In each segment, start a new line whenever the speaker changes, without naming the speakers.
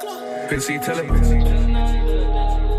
Frequency telepathy.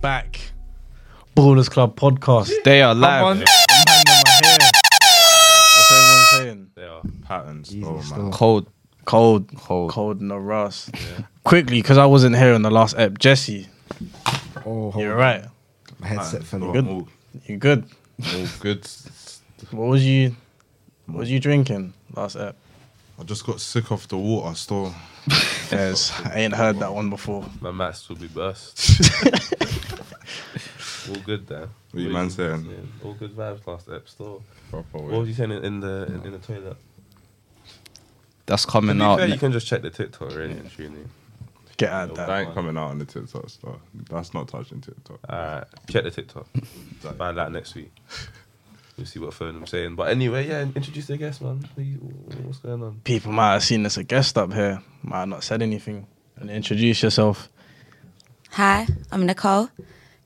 Back. Ballers Club podcast.
They are
I'm on-
live.
I'm hanging my hair. What's everyone saying?
They are patterns.
Easy
oh man.
stuff.
Cold. Cold.
Cold.
Cold in the rust. Quickly, because I wasn't here in the last ep. Jesse,
Oh, hold
you're
on.
right.
My headset
Patterns.
fell
All,
off.
Good.
all-
You're good.
all good.
What was you what was you drinking last ep?
I just got sick off the water still.
Yes, I ain't heard that one before.
My maths will be burst. all good then.
What you man saying?
All good vibes last ep store.
Proper
What was
way.
you saying in, in the in, in the toilet?
That's
To
coming
be
out.
fair, you can just check the TikTok already and tune in.
Get out of
That
that.
ain't coming out on the TikTok stuff. That's not touching TikTok.
Alright, check the TikTok. Buy that next week. We'll see what phone I'm saying. But anyway, yeah, introduce the guest, man. Who you- What's going on?
People might have seen us a guest up here, might have not said anything. And introduce yourself.
Hi, I'm Nicole.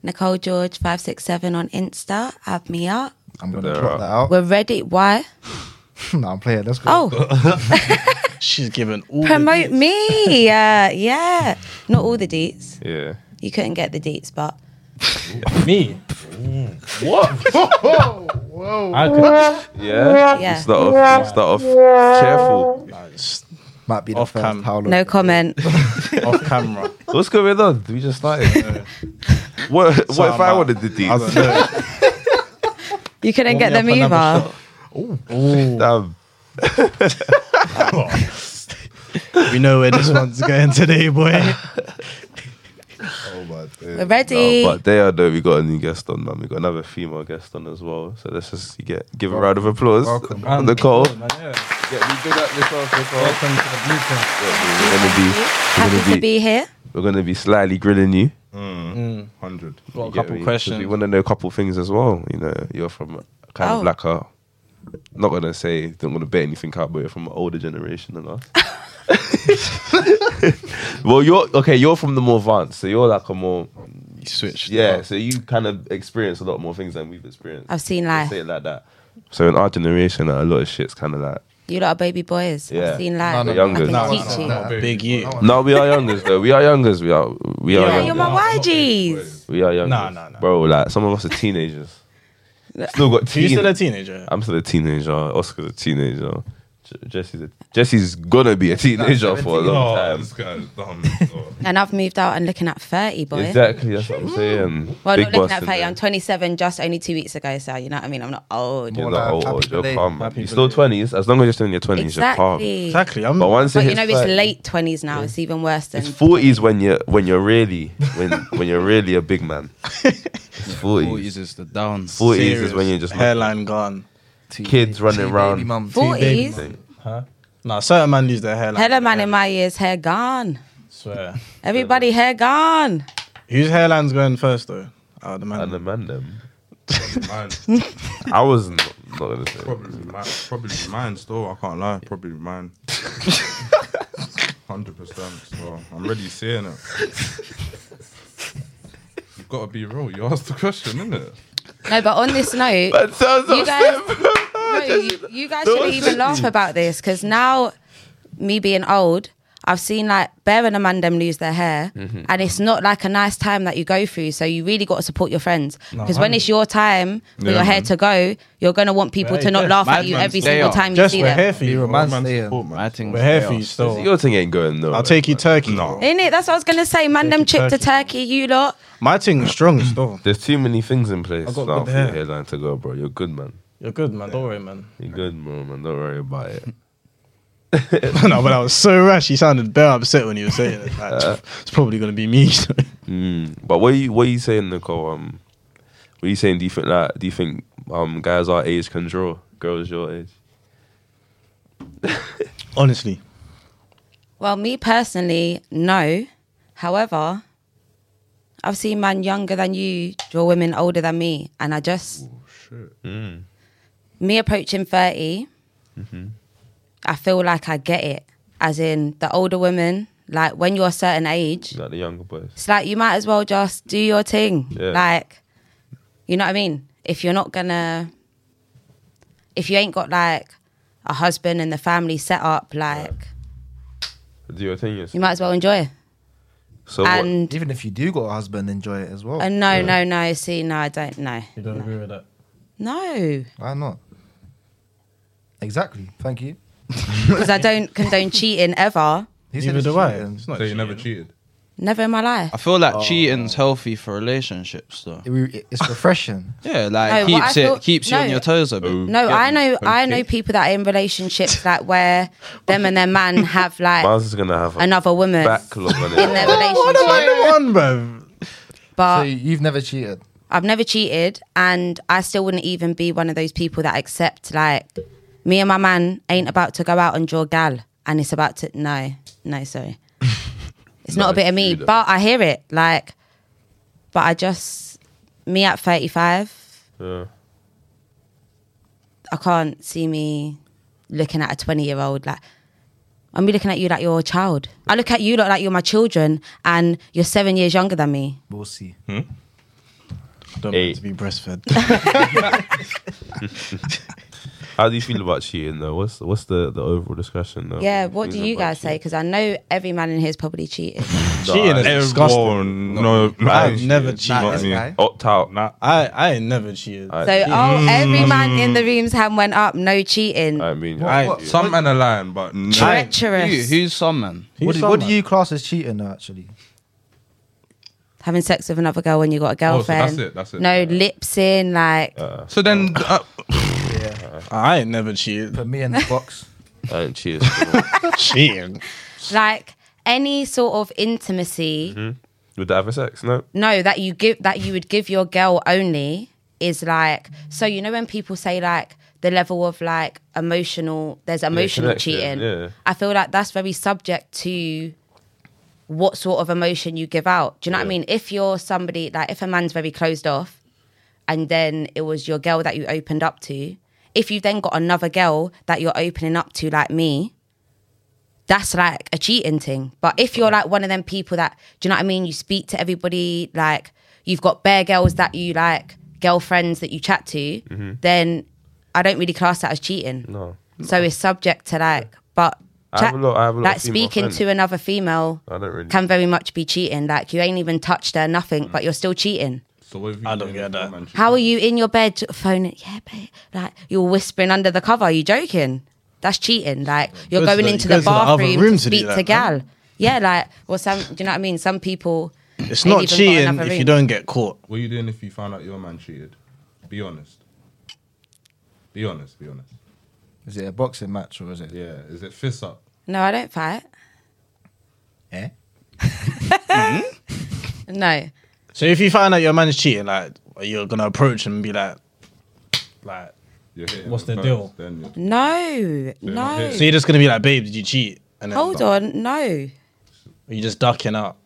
Nicole George five six seven on Insta. Add me up.
I'm gonna
They're
drop
out.
that out.
We're ready. Why?
no, I'm playing. Let's go.
Oh,
She's given all the
promote
deets.
me. Uh, yeah. Not all the deets.
Yeah.
You couldn't get the deets, but
me. What? I could,
Yeah.
Yeah.
Start off. Start off. Careful.
nah, it's
Might be the
Off
first
cam.
howl of-
no comment.
off camera.
What's going on? We just started. what? What if I wanted the deep?
I don't know.
You couldn't get
Warm
them
me up another
either.
Damn.
We know where this one's going today, boy.
oh my
We're
days.
ready.
No, but they are though. We got a new guest on, man. We got another female guest on as well. So let's just get give a round of applause.
Welcome.
on the call.
Welcome
Yeah,
to
we big up yourself, Nicole.
the blueprint.
We're gonna be we're
Happy
gonna
to be here.
we're gonna be slightly grilling you.
Mm.
100.
Got a
You get me?
couple
'Cause We
questions.
want to know a couple things as well. You know, you're from kind
Oh.
of like a. Not gonna say, don't want to bet anything out, but you're from an older generation than us. well, you're okay. You're from the more advanced, so you're like a more
You switched.
yeah. So you kind of experience a lot more things than we've experienced.
I've seen
Let's
life.
Say it like that. So in our generation, like, a lot of shit's kind of like.
You lot are baby boys.
Yeah.
I've seen life.
no, no.
I can
No,
teach you.
Big you.
No, we are youngers though. We are youngers. We are. We are.
Yeah,
youngers.
you're my YGs.
we are youngers.
Nah, nah, nah.
Bro, like some of us are teenagers. Still got
You
teen.
still a teenager?
I'm still a teenager. Oscar's a teenager. J- Jesse's a, Jesse's gonna be a teenager for a long
Oh,
time.
this guy is dumb. Oh.
And I've moved out and looking at 30, boy.
Exactly, that's what I'm saying.
Well,
Big
not looking
boss
at
in
30.
there.
I'm 27 just only two weeks ago, so you know what I mean? I'm not old.
You're
More
not
like
old,
happy
old, you're
birthday.
calm. man.
Happy
You're still
birthday.
20s. As long as you're still in your 20s, you're calm.
Exactly.
Exactly. I'm
But once
But
it
you know,
hits
it's
30
late 20s now. It's even worse than.
It's forties when you're when you're really when when you're really a big man. It's forties.
Forties is the down.
Forties is when you're just like,
hairline gone.
kids running around.
mum.
40s.
Nah, certain man lose their hairline.
Hello, man, in my ears, hair gone.
Swear.
Everybody, hair gone.
Whose hairline's going first though? Out of the man.
and the man them.
Mine.
I was not, not gonna say.
Probably mine. Probably mine still. I can't lie. Probably mine. 100%. So I'm really seeing it. You've got to be real. You asked the question, innit?
No, but on this note,
That sounds
you guys,
upset.
no, you, you guys shouldn't even laugh about this because now, me being old, I've seen like bearing a man them lose their hair, and it's not like a nice time that you go through. So you really got to support your friends because when it's your time for
Yeah,
your hair
man.
to go, you're gonna want people
Hey,
to not
Jess,
laugh at
Madman's
you every
day
single
off.
time you
Just
see
we're
them.
here for you.
You're a
man.
man's here.
I think
We're here for you still.
Your thing ain't going nowhere.
I'll take you Turkey.
No.
bro.
In it, that's what I was gonna say. Man, them trip to Turkey, you lot.
My thing is strong still.
There's too many things in place
I got
now
good
for your
hair.
hairline to go, bro. You're good, man.
You're good, man. Don't worry, man.
You're good, bro, man. Don't worry about it.
no, but I was so rash. He sounded bare upset when he was saying it. Like, it's probably gonna be me.
Mm. But what you what you saying, Nicole? Um, what you saying? Do you think that? Do you think um guys our age can draw girls your age?
Honestly,
Well, me personally, no. However, I've seen man younger than you draw women older than me, and I just
Mm.
me approaching 30 Mm-hmm. I feel like I get it. As in the older women, like when you're a certain age,
Like the younger boys.
it's like you might as well just do your thing.
Yeah.
Like, you know what I mean? If you're not gonna, if you ain't got like a husband and the family set up, like
Do your thing. yes.
you might as well enjoy it.
So what-
and
Even if you do got a husband, enjoy it as well.
Uh, no, no, no. See, no, I don't know.
you don't agree with that.
No,
Why not? Exactly. Thank you.
because I don't condone cheating ever.
He said
Neither
it's
do I.
cheating.
It's not
So you never
cheating.
cheated?
Never in my life.
I feel like
Oh.
cheating's healthy for relationships, though.
It- we- It's refreshing.
Yeah, like
No, what
keeps
I
it
feel-
keeps you
no. Oh.
on your toes a bit.
Um,
No,
Get
I
me?
know, I know people that are in relationships like where them and their man have like
Miles is gonna have a
another woman
backlog on
in their
it.
relationship.
The one, bro.
So
But
you've never cheated.
I've never cheated, and I still wouldn't even be one of those people that accept like me and my man ain't about to go out and draw gal, and it's about to no, no, sorry, it's not a
No,
bit of me,
you don't.
but I hear it like, but I just me at thirty five,
Yeah.
I can't see me looking at a twenty year old like. I'm be looking at you like you're a child. I look at you lot like you're my children, and you're seven years younger than me.
We'll see.
Don't
Hey.
need to be breastfed.
How do you feel about cheating though? What's what's the, the overall discussion though?
Yeah, what do
Things
you
about
guys say?
cheating.
Because I know every man in here is probably cheated.
cheating is disgusting.
Everyone, no, no,
I've
cheated.
never
Not
This
cheated.
me.
guy.
Opt out.
Nah.
I I ain't never cheated.
I-
So, oh,
Mm.
every man in the room's hand went up, no cheating.
I mean,
What-
I-
what-
Some men are lying, but no.
Treacherous.
Who, who's some man?
He's
What do,
some
what do
man.
you class as cheating, though, actually?
Having sex with another girl when you got a
Oh, so
girlfriend.
that's it, that's it.
No lips in, like,
So then, uh,
Yeah.
I ain't never cheated.
Put me in the box.
I ain't cheated. before.
cheating.
like any sort of intimacy.
Mm-hmm. Would they have a sex? No.
No, that you give that you would give your girl only is like. So you know when people say like the level of like emotional, there's emotional
connection,
cheating.
yeah.
I feel like that's very subject to what sort of emotion you give out. Do you know what I
Yeah.
mean? If you're somebody like if a man's very closed off, and then it was your girl that you opened up to. If you've then got another girl that you're opening up to, like me, that's like a cheating thing. But if you're like one of them people that, do you know what I mean? You speak to everybody, like you've got bare girls that you like, girlfriends that you chat to, then I don't really class that as cheating.
Mm-hmm. No.
So it's subject to like, but
I have a lot- I have a lot
like
of female
speaking
friends.
to another female
I don't really. Mm.
can very much be cheating. Like you ain't even touched her, nothing, but you're still cheating.
so what if you
I don't
say
get
that
that.
man cheated?
How are you in your bed phoning? Yeah, babe. Like you're whispering under the cover. you joking? That's cheating. Like you're
Go to
going
the-
into
you
the
go to the other
bathroom
room
to
to do
speak to,
that,
gal. Yeah, like well, some. Do you know what I mean? Some people.
It's
ain't
not
even got
cheating
another
if you
room.
don't get caught.
What you doing if you found out your man cheated? Be honest. Be honest. Be honest.
Is it a boxing match or is it?
Yeah. Is it fist up?
No, I don't fight.
Eh?
No,
So if you find out your man's cheating, like you're gonna approach him and be like, like.
You're hitting
What's
him
the
first,
deal?
Then you're
no,
not
no.
So you're just gonna be like, babe, did you cheat? And then
Hold on, no.
Or you just ducking out.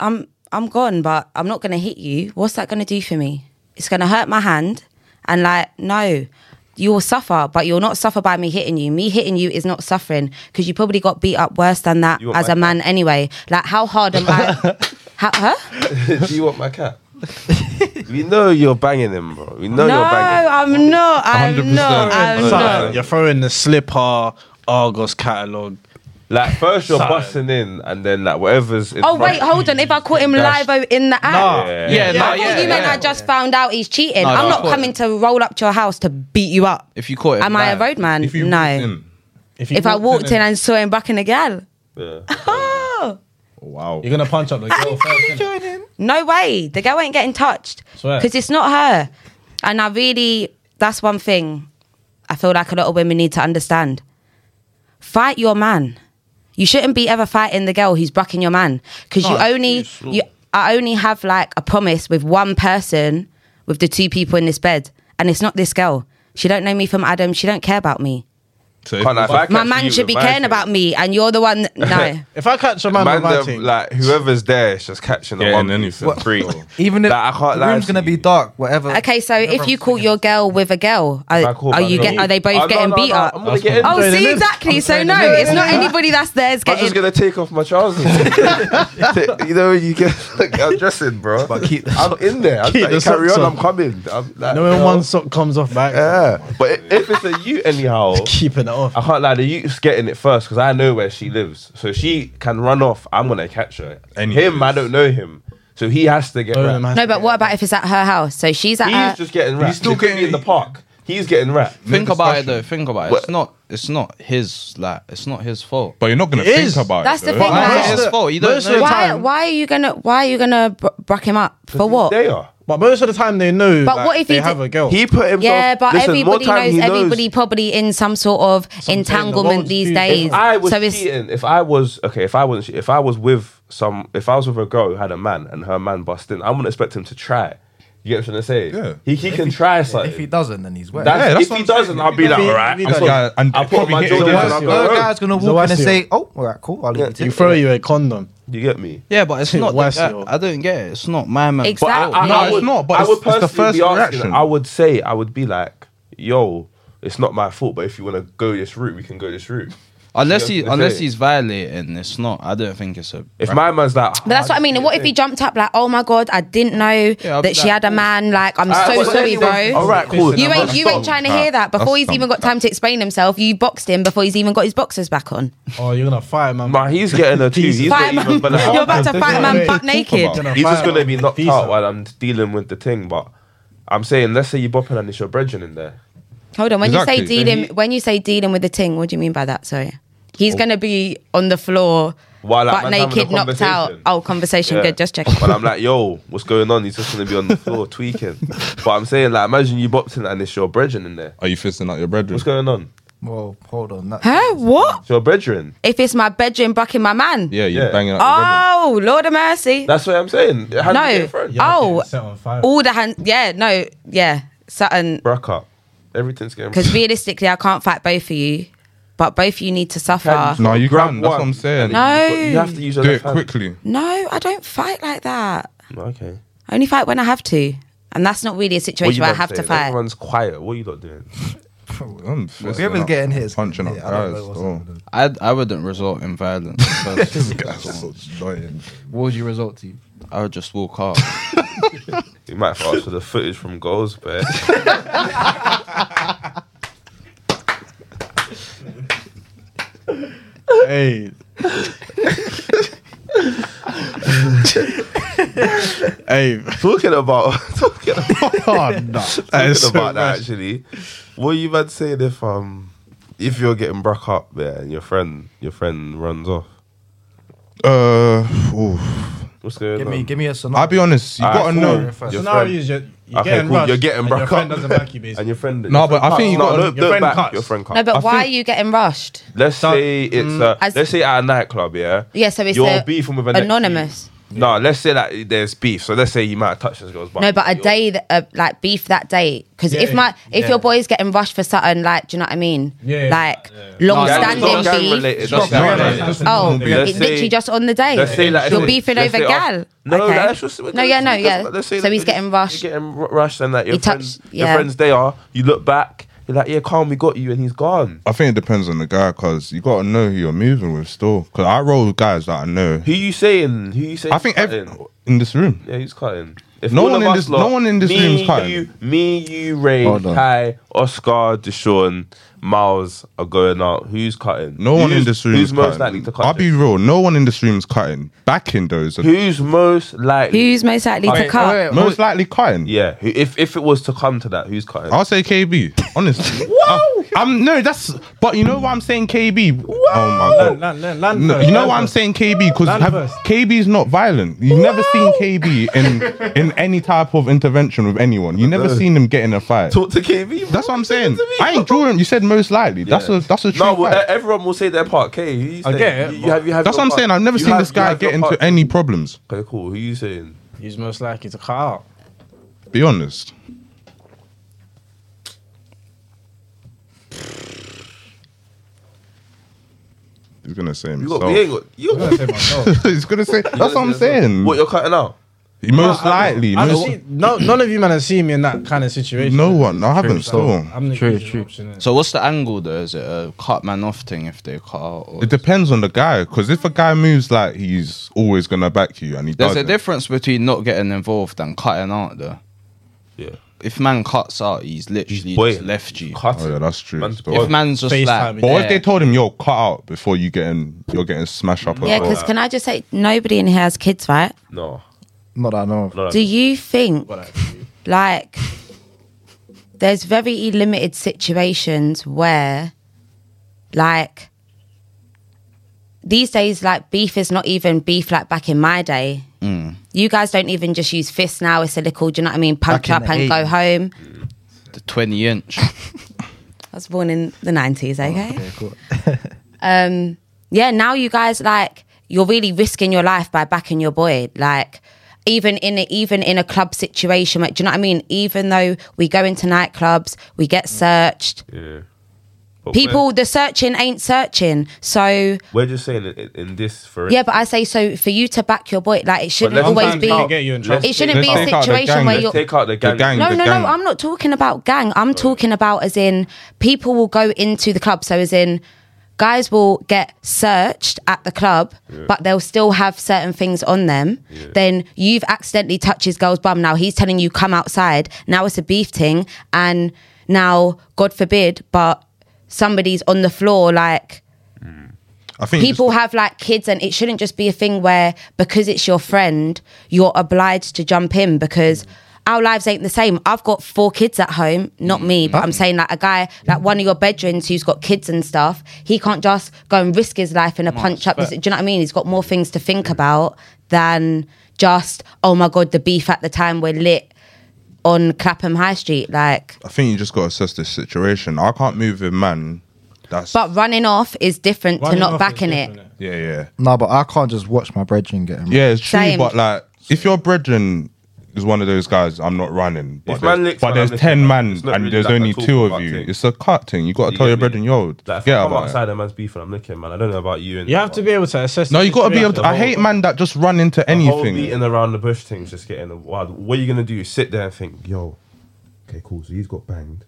I'm I'm gone, but I'm not gonna hit you. What's that gonna do for me? It's gonna hurt my hand, and like no, you will suffer, but you'll not suffer by me hitting you. Me hitting you is not suffering because you probably got beat up worse than that
You want
as
my
a man anyway. Like how hard am I? how, huh?
do you want my cat? we know you're banging him, bro. We know
No,
you're banging. him.
I'm not. I'm not.
100%.
I'm
So
not.
You're throwing the slipper Argos catalogue.
Like first you're busting in, and then like whatever's. In
Oh
front
wait,
of you,
hold on. If I caught him
That's-
live oh, in the app,
Yeah,
Yeah,
I
nah,
thought
yeah,
you meant
yeah.
I just found out he's cheating.
No,
I'm
no,
not
no.
coming to roll up to your house to beat you up.
If you caught it,
Am I a
live-
roadman?
If you walked
no.
in.
you
If I walked in and saw him bucking a gal,
Yeah.
oh,
Wow.
you're gonna punch up the girl first. innit?
no way. The girl ain't getting touched
Swear.
because it's not her. And I really, that's one thing I feel like a lot of women need to understand. Fight your man. You shouldn't be ever fighting the girl who's bucking your man because Oh, you only you. I only have like a promise with one person with the two people in this bed, and it's not this girl. She don't know me from Adam. She don't care about me.
So if
Can't, like, if I
My
catch
man
you
should
with
be
my
caring
thing,
about me, and you're the one. No,
If I catch a man on
Man,
my
them,
team,
like whoever's there is just catching the
Getting
one
anything.
anything free.
Even if
Like, I can't
the
lie
room's
to
gonna
you.
be dark, whatever.
Okay, so if you call your girl with a girl,
If I
are,
call
are
my
you get?
girl-
Are they
Oh,
both
no,
getting
no,
beat
no,
up?
I'm gonna get.
Oh,
in.
see
it is.
exactly.
I'm
So
saying
no,
it is.
it's not anybody that's there's
I'm just
getting.
gonna take off my trousers. you know, you get like, I'm dressing, bro. But keep I'm in there. I'm
Keep
like,
the
carry
socks
on.
on.
I'm coming. I'm like,
no when
yo,
one sock comes off back,
Yeah, but i- if it's a you anyhow,
keeping it off.
I can't lie. The youth's getting it first because I know where she lives, so she can run off. I'm gonna catch her.
Any
him, I
place.
don't know him, so he has to get.
Don't
wrapped.
imagine.
No, but what about if it's at her house? So she's at.
He's
Her,
just getting wrapped. He's
still
still getting
getting-
in the park. He's getting wrapped.
Think
No
about it
discussion.
though. Think about it.
What-
It's not. It's not his. Like it's not his fault.
But you're not gonna
It
think
is.
about
That's
it.
the
though.
thing,
Like,
like-
It's his fault. You don't
Most of the
know.
why?
time-
Why are you gonna? Why are you gonna br- bruck him up for what?
They are.
But most of the time they know.
But
like,
what if
they
he
have
did-
a girl?
He put himself.
Yeah, but
Listen, more
everybody
time
knows,
he knows.
everybody probably in some sort of
I'm saying, the
entanglement
world's
these
too-
days.
If I was
so it's
cheating, if I was okay, if I was if I was with some, if I was with a girl who had a man and her man bust in, I wouldn't expect him to try. You get what I'm trying to say?
Yeah.
He, he can try something.
if he doesn't, then he's wet.
That's-
Yeah, that's
if
what
he
I'm saying.
doesn't, I'll be
If
like,
he-
all right.
if he
I'll
doesn't-
put-
and
I'll put
probably
my
hit his
Jordan
worst
and I'll
fear.
go.
No
"Rogue."
guy's gonna
It's a
walk in and
Westie.
say, "Oh, all right, cool, I'll leave
Yeah.
it to
You
you."
throw you a condom.
You get me?
Yeah, but it's not.
West,
the-
yo.
I, I don't get it. It's not my man.
Exactly.
I, I-
No,
I
it's
would-
not, but
I
it's-
would
it's the
personally
first
be asking-
reaction.
I would say, I would be like, yo, it's not my fault, but if you want to go this route, we can go this route.
Unless
You
he,
know what I'm
unless
saying?
he's violating, it's not. I don't think it's a.
If my man's like,
But that's what I mean. And what if he jumped up like, oh my god, I didn't know
Yeah, I'll be
that she
like,
had a man. Like, I'm
Alright,
so
well,
sorry, bro.
anyway, alright, cool.
You
Nah,
ain't
that's
you
dumb.
ain't trying to hear that before
That's
he's
dumb.
even got time to explain himself. You boxed him before he's even got his boxers back on.
Oh, you're gonna fight man.
Nah, he's getting a two. He's
Fight a
not even
man,
gonna-
you're about to fight a man
Yeah.
butt naked.
Talk about
He's just
Fire.
gonna be knocked
Peace
out
out.
while I'm dealing with the thing. But I'm saying, let's say you're bopping and it's your brethren in there.
Hold on. When you
Exactly.
say dealing, when you say dealing with the ting, what do you mean by that? Sorry, he's gonna be on the floor,
Oh. While that
butt
man's having
naked,
a
knocked out.
conversation.
Oh, conversation
Yeah.
good. Just checking.
But I'm like, yo, what's going on? He's just gonna be on the floor tweaking. But I'm saying, like, imagine you bopped in and it's your brethren in there.
Are you fisting out your brethren?
What's going on?
Well, hold on. that-
Huh? What?
It's your brethren.
If it's my bedroom bucking my man?
Yeah, you're
Yeah.
banging out
Oh, Lord of mercy.
That's what I'm saying. How
No.
do you get a friend?
Yeah. Oh.
set on fire.
All the hand. Yeah. No. Yeah. Sutton.
Brack up. Everything's getting.
Because realistically, I can't fight both of you, but both of you need to suffer.
Can-
No, you
grab
can, that's what
one.
I'm saying.
No.
You have to
Ah!
use your
your Do it
left hand.
quickly.
No, I don't fight like that.
Okay.
I only fight when I have to. And that's not really a situation where I
lot
have to
saying?
fight.
Everyone's quiet. What are you not doing?
I'm fisting
Whoever's
out,
getting hit is
punching up
getting hit. I don't
guys.
know what's
Oh,
happening.
I I wouldn't result in violence.
this
First.
guy's so annoying.
What would you result to?
I would just walk out.
You might have to ask for the footage from goals, but
Hey, hey,
talking about talking about,
oh no,
talking
so
about that
rash.
actually. What you about saying if um if you're getting broke up, yeah, and your friend your friend runs off?
Uh, oof.
What's going
Give
on?
me, give me a
I'll
scenario.
be honest. You
Alright,
gotta
cool.
know.
first.
Your
Scenario
friend-
is you're, you're
Okay,
getting
cool.
rushed
You're getting
and
broke
your friend
up.
doesn't back you
and
basically.
your friend.
No,
your
but
friend
I think
cuts.
you
no,
gotta-
look,
your
look
friend
back.
cuts.
Your friend cuts.
No, but
I
why
think-
are you getting rushed?
Let's
So-
say it's a.
As-
let's say at a nightclub, yeah.
Yeah, so it's
you're
a-
beefing with an
Anonymous.
No, let's say that there's beef. So let's say you might have touched this girl's butt.
No, but a
You're-
day that uh, like beef that day because if
Yeah,
my if
yeah.
your boy's getting rushed for something like, do you know what I mean?
Yeah,
Like
yeah.
long
Gang-
standing
not gang
beef.
related,
Stop
that's gang
doing that.
related.
That's
Oh,
Yeah.
it's
Let's say-
literally just on the day.
Let's say like,
You're
let's say-
beefing
let's
over
say
gal.
after- No,
okay.
that's just
no, yeah, no, yeah.
Let's say
so
that
he's
you-
getting rushed.
You're getting ru- rushed, and like your
He
friends,
touched-
your
yeah.
friends, they are. You look back, you're like, yeah, calm, we got you, and he's gone.
I think it depends on the guy because you gotta know who you're moving with still. Because I roll with guys that I know.
Who you saying? Who you saying?
I think
is
every,
cutting?
in this room.
yeah, who's cutting? If
No
all of
one in
us
this- no one in this
me,
room's cutting.
You, me, you, Ray,
Hold on.
Kai, Oscar, Deshaun, Miles are going out. Who's cutting?
No one
Who's-
in this room
Who's
is
most
cutting.
likely to cut?
I'll
it?
be real. No one in this room is cutting. Backing those. Are
Who's most likely?
Who's most likely to
Wait,
cut?
wait, wait.
most likely cutting.
Yeah. who- If if it was to come to that, who's cutting?
I'll say KB. Honestly. Whoa. I'm no. That's. But you know why I'm saying KB. Oh my god.
Land, land, land
No,
first,
you know
land
why I'm
first.
saying KB
Land
because
first.
KB's not violent. You've never seen KB in in any type of intervention with anyone. You've never seen him get in a fight.
Talk to KB. bro.
That's what I'm saying.
Talk to me,
I ain't
bro.
drawing. You said most likely. That's
Yeah.
a that's a true
No, well,
fact.
e- everyone will say their part. K. You
I
say-
get it,
you- you
but-
have- you have
That's
your
what I'm
part.
saying. I've never
You
seen
have-
this
you
guy
have your
get into
part.
any problems.
Okay, cool. Who you saying?
Who's most likely to cut out?
Be honest. He's gonna say
You got,
himself.
we ain't got, you got,
He's gonna say. That's what I'm
Yes, yes, yes.
saying.
What you're cutting out?
He most
I- I-
likely.
I
most-
see- no, none of you man have seen me in that kind of situation.
no one. I haven't.
so
Still,
I'm the
True,
usual
true.
option, innit?
So what's the angle though? Is it a cut man off thing if they cut out? Or
it depends on the guy. Because if a guy moves like he's always gonna back you, and he
There's a
doesn't,
difference between not getting involved and cutting out though.
Yeah.
If man cuts out, he's literally just
Waiting.
left you.
Cut
Oh
it.
yeah, that's true.
Man,
still.
If man's just
FaceTiming.
like,
But what if
there-
they told him, "Yo, cut out before you getting you're getting smashed up"? as
Yeah,
well?"
because can I just say, nobody in here has kids, right?
No.
Not that I know. of.
no.
Do you think, like, there's very limited situations where, like, these days, like, beef is not even beef like back in my day.
Mm.
You guys don't even just use fists now. It's a little, do you know what I mean? Punch
Back in
up
the
and go
80s.
home.
the 20 inch.
I was born in the 90s, okay?
Oh, Okay, cool.
um yeah now you guys like you're really risking your life by backing your boy like even in a, even in a club situation like, do you know what i mean even though we go into nightclubs we
Mm.
get searched
Yeah. But
people the searching ain't searching so
We're, we're just saying it in, in this for
yeah but i say so for you to back your boy like it shouldn't
let's
always
Sometimes
be
I'll get you in
Let's-
trouble.
it shouldn't
Let's
be a
take out the
situation
gang,
where
let's
you're
take out the gang.
gang.
no,
the
no,
gang.
no. I'm not talking about gang. I'm talking about as in people will go into the club. So as in guys will get searched at the club, but they'll still have certain things on them. Then you've accidentally touched his girl's bum. Now he's telling you come outside. Now it's a beef thing, and now God forbid, but somebody's on the floor like
I think
people
just-
have like kids and it shouldn't just be a thing where because it's your friend you're obliged to jump in because our lives ain't the same i've got four kids at home not me but i'm saying like a guy like one of your bedrooms who's got kids and stuff he can't just go and risk his life in a punch up do you know what i mean he's got more things to think about than just oh my god the beef at the time we're lit on clapham high street like
I think you just gotta assess the situation. I can't move with man. That's
but running off is different
Running
to not
off
backing
is
it
different, innit?
yeah, yeah.
No, but I can't just watch my brethren get him.
Yeah, it's true,
Same.
but like, if your brethren is one of those guys, I'm not running. But
If man
there's,
licks
but
man,
there's
I'm
ten
licking
man,
man. It's
and
not really
there's
like
only
a talk
two of
about
you.
thing.
It's a cut thing. You gotta
You
tell
get
your
me?
brethren, yo,
Like, if
forget
I come
about
outside
it.
and man's beefing, I'm looking, man. I don't know about you. And
You have to be able to assess.
No,
the
you gotta be
situation.
able. To, I hate man that just run into
The whole
anything.
beating around the bush thing's just getting wild. What are you gonna do? Sit there and think, yo. Okay, cool. So he's got banged.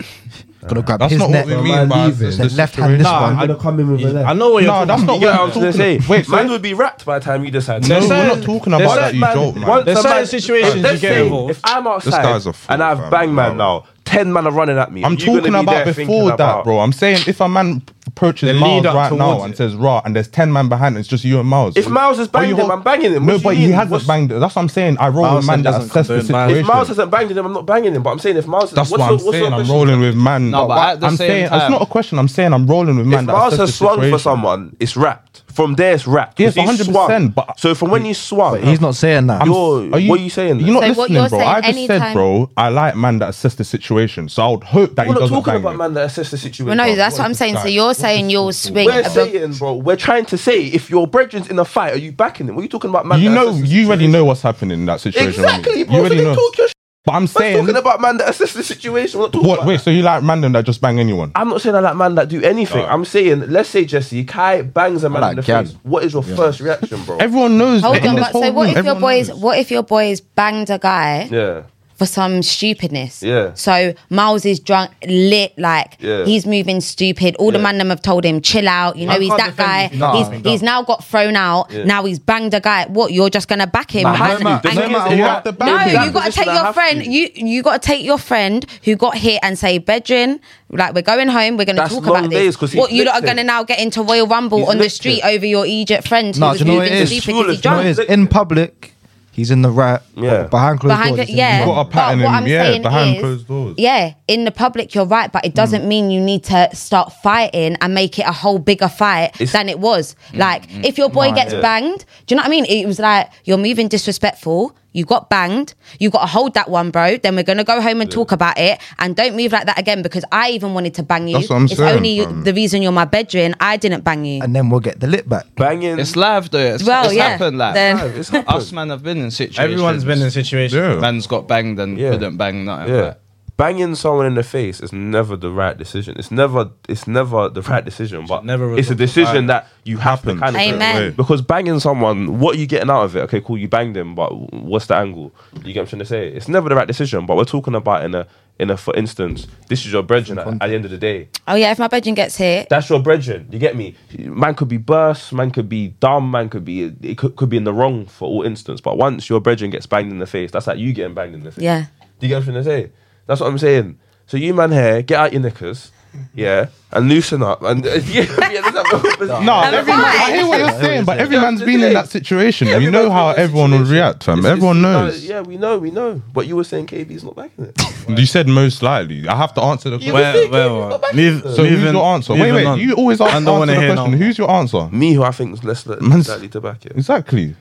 Gonna grab
That's
his
not
neck.
what we mean
the
by this- this
left hand, this
situation.
Nah,
one.
I-
gonna come in with a
I
left.
know what you're.
No, that's not
You get
what
what I
I'm
was gonna
talking-
say.
Wait, so-
man would be wrapped by the time you decide. to
No,
There's
we're
certain-
not talking
there's
about that.
certain
You
man-
joke, man.
once
There's
a
certain
man-
situations
let's
you get
say
involved.
If I'm outside
guy's a fool,
and I've
fam.
bang man
Wow.
now, ten man are running at me.
I'm
you're gonna
talking
be there
about
thinking
before that,
about-
bro. I'm saying if a man approaches
The
Miles
lead up
right now
towards
and
it.
says "raw," and there's ten man behind, it's just you and Miles.
If
What-
Miles has
what
banged
you
him,
hold-
I'm banging him. What
No,
do
but
you
he
mean?
hasn't
What's-
banged. That's what I'm saying. I roll
Miles
with man that
doesn't
assess the
condone Miles.
situation.
If Miles hasn't banged him, I'm not banging him. But I'm saying if Miles, what's
That's what
your-
I'm
what's your
saying. I'm
question?
rolling with man.
No, but
why-
at the
I'm
same
saying it's
time-
not a question. I'm saying I'm rolling with man.
If
that
Miles
assess
has
the
swung for
situation.
someone, it's wrapped. From there, it's wrapped.
Yes,
'Cause he
100%,
swung.
but-
so from when you swung,
He's not saying that.
I'm-
Yo, what are you saying?
You're not
So what
listening,
you're
bro.
saying
I just said,
anytime-
bro. I like man that assess the situation. So I would hope that
We're
he
not
doesn't
talking
bang.
about
it.
man that assess the situation.
well, no,
bro.
that's what I'm saying. So
that?
you're saying you'll swing.
We're
but-
saying, bro. We're trying to say if your brethren's in a fight, are you backing him? What are you talking about, man?
You
that
know,
assists the
you already
situation?
know what's happening in that situation. right?
Exactly,
You
bro. So
already
then
know.
talk your shit.
But I'm
We're
saying,
talking about man that assists the situation. We're not talking
what?
about
Wait, so you like man them that just bang anyone?
I'm not saying I like man that do anything. I'm saying, let's say Jesse Kai bangs a man
like
in the
Gan.
face. What is your first reaction, bro?
Everyone knows.
Hold
that in
on,
this
but so
whole
what
room,
if your
everyone
boys?
knows.
What if your boys banged a guy
yeah.
for some stupidness.
Yeah.
So Miles is drunk, lit, like
Yeah.
he's moving stupid. All the
Yeah.
man them have told him, chill out. You know,
I
he's
can't
that
defend
guy.
you if you don't
he's
think
he's now got thrown out.
Yeah.
Now he's banged a guy. What? You're just gonna back him?
Nah, I
and-
have to.
and-
No matter
you
what-
have to back
no,
him.
you gotta
Position,
take
I
your
have
friend.
to.
You you gotta take your friend who got here and say, bedroom, like we're going home. We're gonna
That's
talk
long
about
days
this.
'cause he's
What you lot are
licked him.
gonna now get into Royal Rumble
He's
on the
licked
street
him.
over your Egypt friend who
Nah,
was
do you know what
moving
it is?
stupid because he's
Surely-
No,
drunk.
it is in public. He's in the right.
Yeah.
Behind closed doors.
behind clo-
he's in
yeah.
the
You've got a
wrong.
But
pattern
what
in-
I'm
yeah,
saying
behind
is,
closed doors. Mm.
Yeah, in the public you're right, but it doesn't mean you need to start fighting and make it a whole bigger fight
It's-
than it was.
Mm,
Like if your boy gets
yeah.
banged, do you know what I mean? It was like you're moving disrespectful. You got banged. You got to hold that one, bro. Then we're gonna go home and talk about it, and don't move like that again. Because I even wanted to bang you.
That's what I'm
it's
saying,
only you-
fam.
the reason you're my bedroom. I didn't bang you.
And then we'll get the lip back.
Banging.
It's live though. It's,
Well,
it's
yeah.
happened. Like
Then-
Live, it's happened.
us, man, have been in situations.
Everyone's been in situations.
Yeah.
Man's got banged and
Yeah.
couldn't bang nothing.
Yeah.
like.
Banging someone in the face is never the right decision. It's never it's never the right decision, but
never
it's a
result to
decision that you have to kind
Happens.
of
Amen.
because banging someone, what are you getting out of it? Okay, cool, you banged him, but what's the angle? You get what I'm trying to say? It's never the right decision, but we're talking about in a in a for instance, this is your brethren at, at the end of the day.
Oh yeah, if my bedroom gets hit,
That's your brethren. You get me? Man could be burst, man could be dumb, man could be it could, could be in the wrong for all instance. But once your brethren gets banged in the face, that's like you getting banged in the face.
Yeah.
Do you get what I'm trying to say? That's what I'm saying. So you man here, get out your knickers, yeah, and loosen up. And yeah,
No,
no,
every man, I hear what you're saying, but every man's been in that situation. You know how everyone will react, fam. Everyone knows.
yeah, we know, we know. But you were saying KB's not backing it.
You said most likely. I have to answer the question.
Where, where, where? Move,
So who's your answer? Wait, wait. You always ask,
I don't
answer
wanna
the
hear
question.
no more.
Who's your answer?
Me, who I think is less li-
Man's-
likely to back it.
Exactly.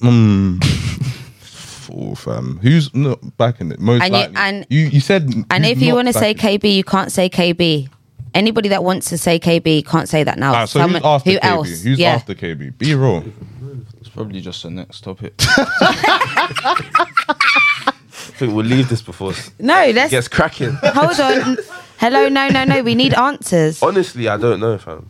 Hmm. Fool, fam. Who's not backing it? Most
And you-
likely.
and-
you, you said.
And
who's
if you
not
want to say
backing it.
KB, you can't say KB. Anybody that wants to say KB can't say that now.
Ah, so who's
Someone-
after
who
KB?
else?
Who's
yeah.
after KB? Be real.
It's probably just the next topic.
I think we'll leave this before it
No, let's
gets cracking.
hold on. Hello, no, no, no. We need answers.
Oh,
Honestly, I don't know, fam.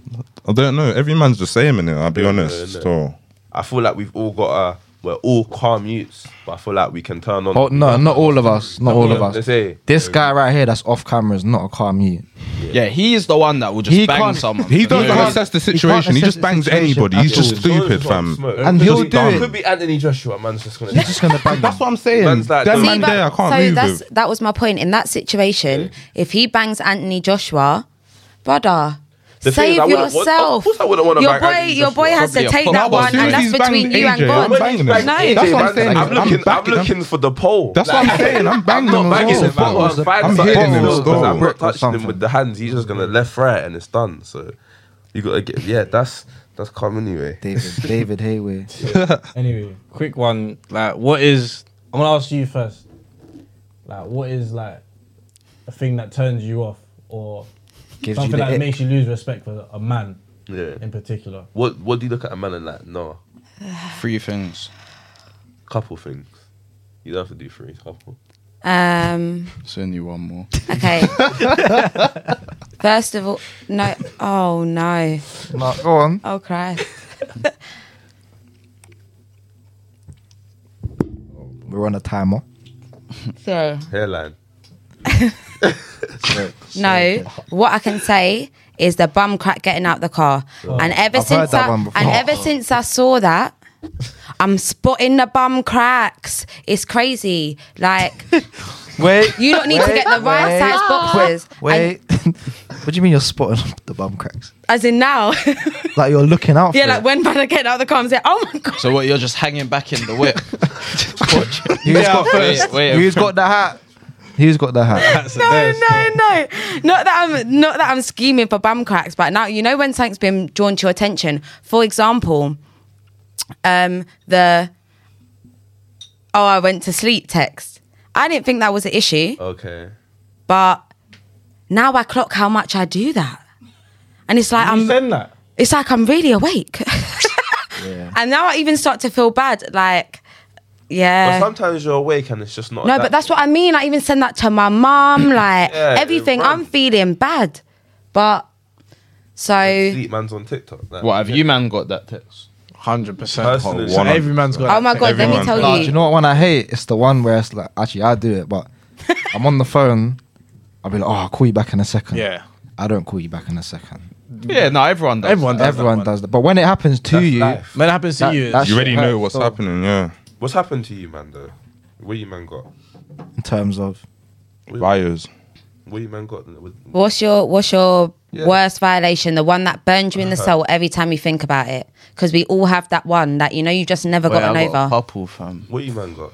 I don't know. Every man's the same in it. I'll be
Yeah,
honest.
yeah, yeah.
So
I feel like we've all got a. We're all calm youths, but I feel like we can turn on.
Oh no, not all of us. Not all of
They
us.
say-
This guy right here that's off camera is not a calm you.
yeah, he is the one that will just
He
bang
can't-
someone.
he doesn't
can't-
assess the
he can't
situation. He
assess
just
the
bangs
situation
anybody.
at
He's just
all.
stupid,
Jones wants
fam.
smoke.
And he'll
Just
do
dumb.
it.
Could be Anthony Joshua, man's just gonna.
He's just gonna bang.
That's what
him.
I'm saying.
Man's like,
that
See,
man
but-
there, I can't
so
move
that's
with.
that was my point. In that situation, if he bangs Anthony Joshua, brother.
The thing is, I
Save
wouldn't want-
yourself.
of course I wouldn't wanna
your
bang
boy,
Anthony
your boy
Joshua.
has to
Probably a
take
fuck.
that
But as
one,
soon
and
as
that's
he's
between
banged
you and
AJ,
God.
I'm banging him.
No,
That's what I'm saying.
I'm
I'm
looking. I'm
backing him.
looking for the pole.
That's what I'm saying. I'm banging
I'm
him
not
as
backing
well.
him.
as well.
I'm,
I'm
I'm
hitting him as well.
I'm not
Brick or
touching him
something.
with the hands. He's just gonna left, right, and it's done. So you gotta get. Yeah, that's that's calm anyway.
David, David Hayward.
Anyway, quick one. Like, what is? I'm gonna ask you first. Like, what is like a thing that turns you off, or
Gives you
something
the
that
ick.
makes you lose respect for a man
Yeah.
in particular?
What What do you look at a man and like? No,
Three things.
couple things. You don't have to do three. Couple.
Um,
Send you one more.
okay. First of all, no. Oh no.
No, go on.
Oh Christ.
We're on a timer.
So.
Hairline.
No, what I can say is the bum crack getting out the car. And ever
I've heard
since
that
I,
one before.
and ever since I saw that, I'm spotting the bum cracks. It's crazy. Like
Wait.
you don't need to get the right
wait,
size boxes.
Wait. what do you mean you're spotting the bum cracks?
As in now.
Like you're looking out.
yeah,
for
like
it.
when man I get out the car and say, Oh my god.
So what? You're just hanging back in the whip.
Who's got
Wait,
first?
wait.
Who's got the hat? Who's got the hat?
No, no, no. Not that I'm not that I'm scheming for bum cracks, but now you know when something's been drawn to your attention. For example, um the Oh, I went to sleep text. I didn't think that was an issue,
Okay.
but now I clock how much I do that. And it's like
You
I'm
send that.
it's like I'm really awake.
Yeah.
And now I even start to feel bad, like yeah.
But sometimes you're awake and it's just not.
No, but that's what I mean. I even send that to my mum, like
Yeah,
everything.
run.
I'm feeling bad. But so
Sleep man's on TikTok. like-
What have you man got that text?
hundred percent.
Personally,
So every man's got.
Oh my god, let me
everyone.
tell
Nah, do
you.
you know what one I hate? It's the one where it's like, actually, I do it, but I'm on the phone. I'll be like, oh, I'll call you back in a second.
Yeah,
I don't call you back in a second.
yeah. No, everyone does. Everyone does.
Everyone does that. But when it happens to you,
life.
When it happens to
That-
you,
that's-
You already know
Hurts,
what's
so-
happening, yeah.
What's happened to you, man? Though, what you man got?
in terms of
Buyers.
What you man got? With-
What's your what's your
Yeah.
worst violation? The one that burns you in the soul every time you think about it. Because we all have that one that you know you just never
Wait,
gotten
I got a
over.
couple, fam.
What you man got?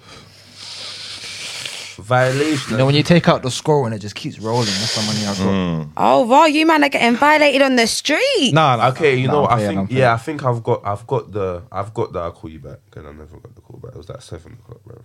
Violation.
you know when you take out the scroll and it just keeps rolling. That's the money I got.
oh wow, you man are getting violated on the street.
Nah, nah.
Okay, you
Nah,
know
I'm
what? I
playing, I'm
think
playing.
yeah, I think I've got I've got the I've got the I'll call you back and I never got the call back. It was like seven o'clock, bro.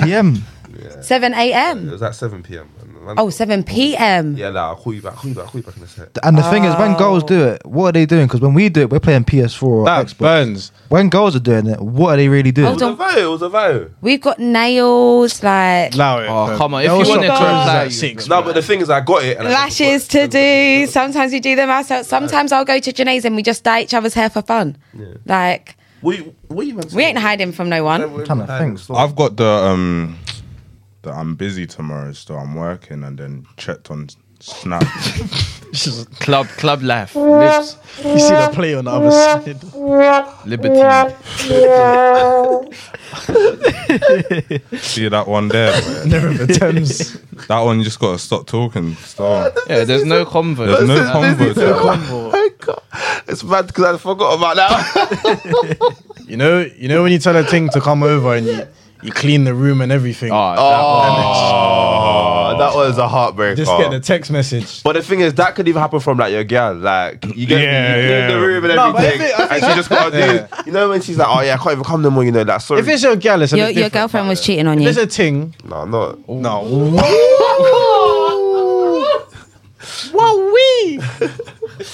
PM.
Yeah.
Seven
It
a.m.
was at seven PM. man. Man-
Oh, 7 p.m.
Yeah, nah, I'll call you back, call you back, call you back in a sec.
And the thing is,
Oh.
when girls do it, what are they doing? Because when we do it, we're playing PS4 or
That
Xbox.
burns.
When girls are doing it, what are they really doing?
It was a vow, it was a vow.
We've got nails, like
Allow it.
Oh,
fam.
come on. If
They all
you
shop
want to
closes
close
at
that,
six.
No, but the thing is I got it and I never
lashes
got it.
to do. Sometimes we do them ourselves. Sometimes I'll go to Janae's and we just dye each other's hair for fun. Like
What you what you man
we ain't hiding from no one.
I'm trying to think.
Oh.
so-
I've got the um that I'm busy tomorrow, so I'm working and then checked on Snap.
club, club life, lives,
You see the play on the other side.
liberty.
See that one there? boy?
Never the Thames.
that one you just gotta stop talking. Stop.
Yeah, there's no convo.
There's no convo. there.
It's mad because I forgot about that.
You know, you know when you tell a thing to come over and you, you clean the room and
Ah,
everything.
oh, that was a heartbreaker.
just get the text message.
But the thing is, that could even happen from like your girl, like you get
Yeah,
you
yeah.
clean the room and
No, but if
everything, and she just got to do. You know when she's like, oh yeah, I can't even come no more. You know, like sorry.
If it's your girl, it's a
Your,
bit
your
different.
girlfriend was cheating on
If
you.
it's a ting,
no, I'm not.
no.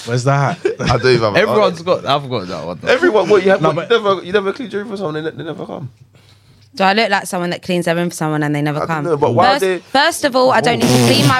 Where's that?
I don't even.
Everyone's got. I've got that one. though.
Everyone, what you have, what, you never, you never clean your room for someone, they, ne- they never come.
Do I look like someone that cleans their room for someone and they never
I don't
come?
know, but why
first,
they-
first of all, I don't need to clean my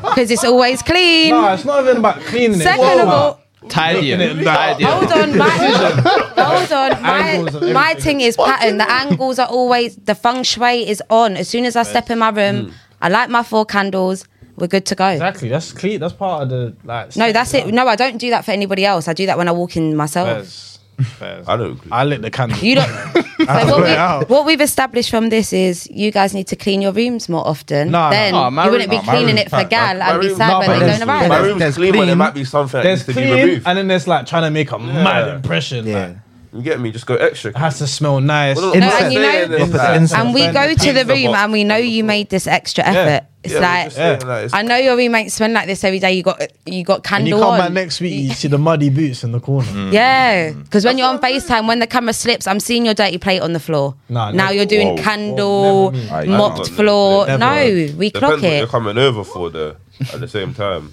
room because it's always clean.
No, it's not even about cleaning it.
Second of all,
Tidy him. Tidy him.
hold on, my, hold on,
Angles of
my, my thing is pattern. The angles are always the feng shui is on. As soon as I step in my
Mm.
room, I light my four candles. We're good to go.
Exactly. That's clean. That's part of the like.
No, that's it. No, I don't do that for anybody else. I do that when I walk in myself.
Fairs. Fairs.
I don't. Clean.
I lit the candle.
You don't. so
put
what,
it out.
we, what we've established from this is you guys need to clean your rooms more often.
No, no.
then
Oh, my
you wouldn't
room-
be
no, my
cleaning
room's
it for
packed.
gal
My
and be
room-
sad
no,
when
but
they
there's-
don't arrive.
My room's
There's
clean, but there
clean.
might be something that
There's
needs to be
clean,
removed.
and then there's like trying to make a mad impression.
Yeah.
Like,
You get me? Just go extra.
It has to smell nice.
Well,
No,
I'm
and you
saying
know-
it's like-
Inside.
And we go to the
Pizza
room
box.
and we know you made this extra effort. It's
Yeah, I'm
like
just saying, like, it's-
I know your roommates smell like this every day. You got you got
When you
candle
come
on.
back next week, you see the muddy boots in the corner.
Mm.
Yeah, because when you're on Facetime, when the camera slips, I'm seeing your dirty plate on the floor.
Nah,
now
never-
you're doing
Whoa.
Whoa,
candle,
never me.
Aye,
mopped
never,
floor.
never.
No, we
Depends
clock
what you're
it.
coming over for, though. At the same time,